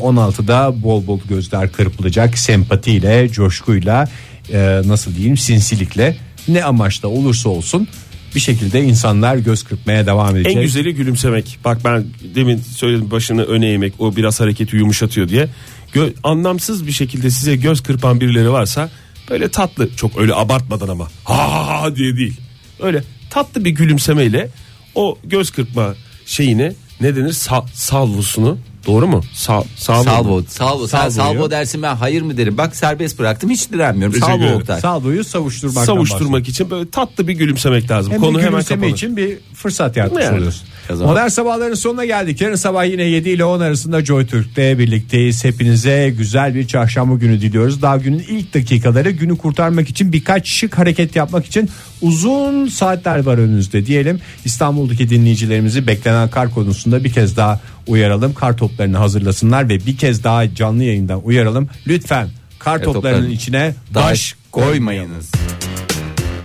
S3: 2016'da bol bol gözler kırpılacak sempatiyle, coşkuyla, e, nasıl diyeyim sinsilikle ne amaçla olursa olsun bir şekilde insanlar göz kırpmaya devam edecek.
S4: En güzeli gülümsemek. Bak ben demin söyledim başını öne eğmek o biraz hareketi yumuşatıyor diye. Gö- anlamsız bir şekilde size göz kırpan birileri varsa böyle tatlı çok öyle abartmadan ama ha ha ha diye değil. Öyle tatlı bir gülümsemeyle o göz kırpma şeyini ne denir Sa- salvosunu doğru mu? Sa- salvo.
S2: Salvo, salvo, sen
S3: Salvo'yu.
S2: salvo dersin ben hayır mı derim. Bak serbest bıraktım hiç direnmiyorum.
S4: Teşekkür
S2: Salvo
S4: ederim.
S2: Oktay.
S3: Sağduyu savuşturmaktan bahsediyorum.
S4: Savuşturmak için böyle tatlı bir gülümsemek lazım.
S3: Hem
S4: Konu
S3: bir
S4: hemen
S3: gülümseme
S4: kapanır.
S3: için bir fırsat yaratmış
S4: Yani.
S3: oluyorsun.
S2: Kazan.
S3: Modern sabahların sonuna geldik. Yarın sabah yine 7 ile 10 arasında Joy Türk'te birlikteyiz. Hepinize güzel bir çarşamba günü diliyoruz. Daha günün ilk dakikaları günü kurtarmak için birkaç şık hareket yapmak için uzun saatler var önünüzde diyelim. İstanbul'daki dinleyicilerimizi beklenen kar konusunda bir kez daha uyaralım. Kar toplarını hazırlasınlar ve bir kez daha canlı yayından uyaralım. Lütfen
S4: E,
S3: kar
S2: toplarının
S3: toplarının içine
S2: Daş
S3: daş
S2: koymayınız.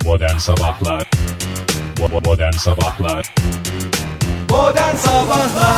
S1: Modern Sabahlar Bo- Modern Sabahlar
S3: Modern Sabahlar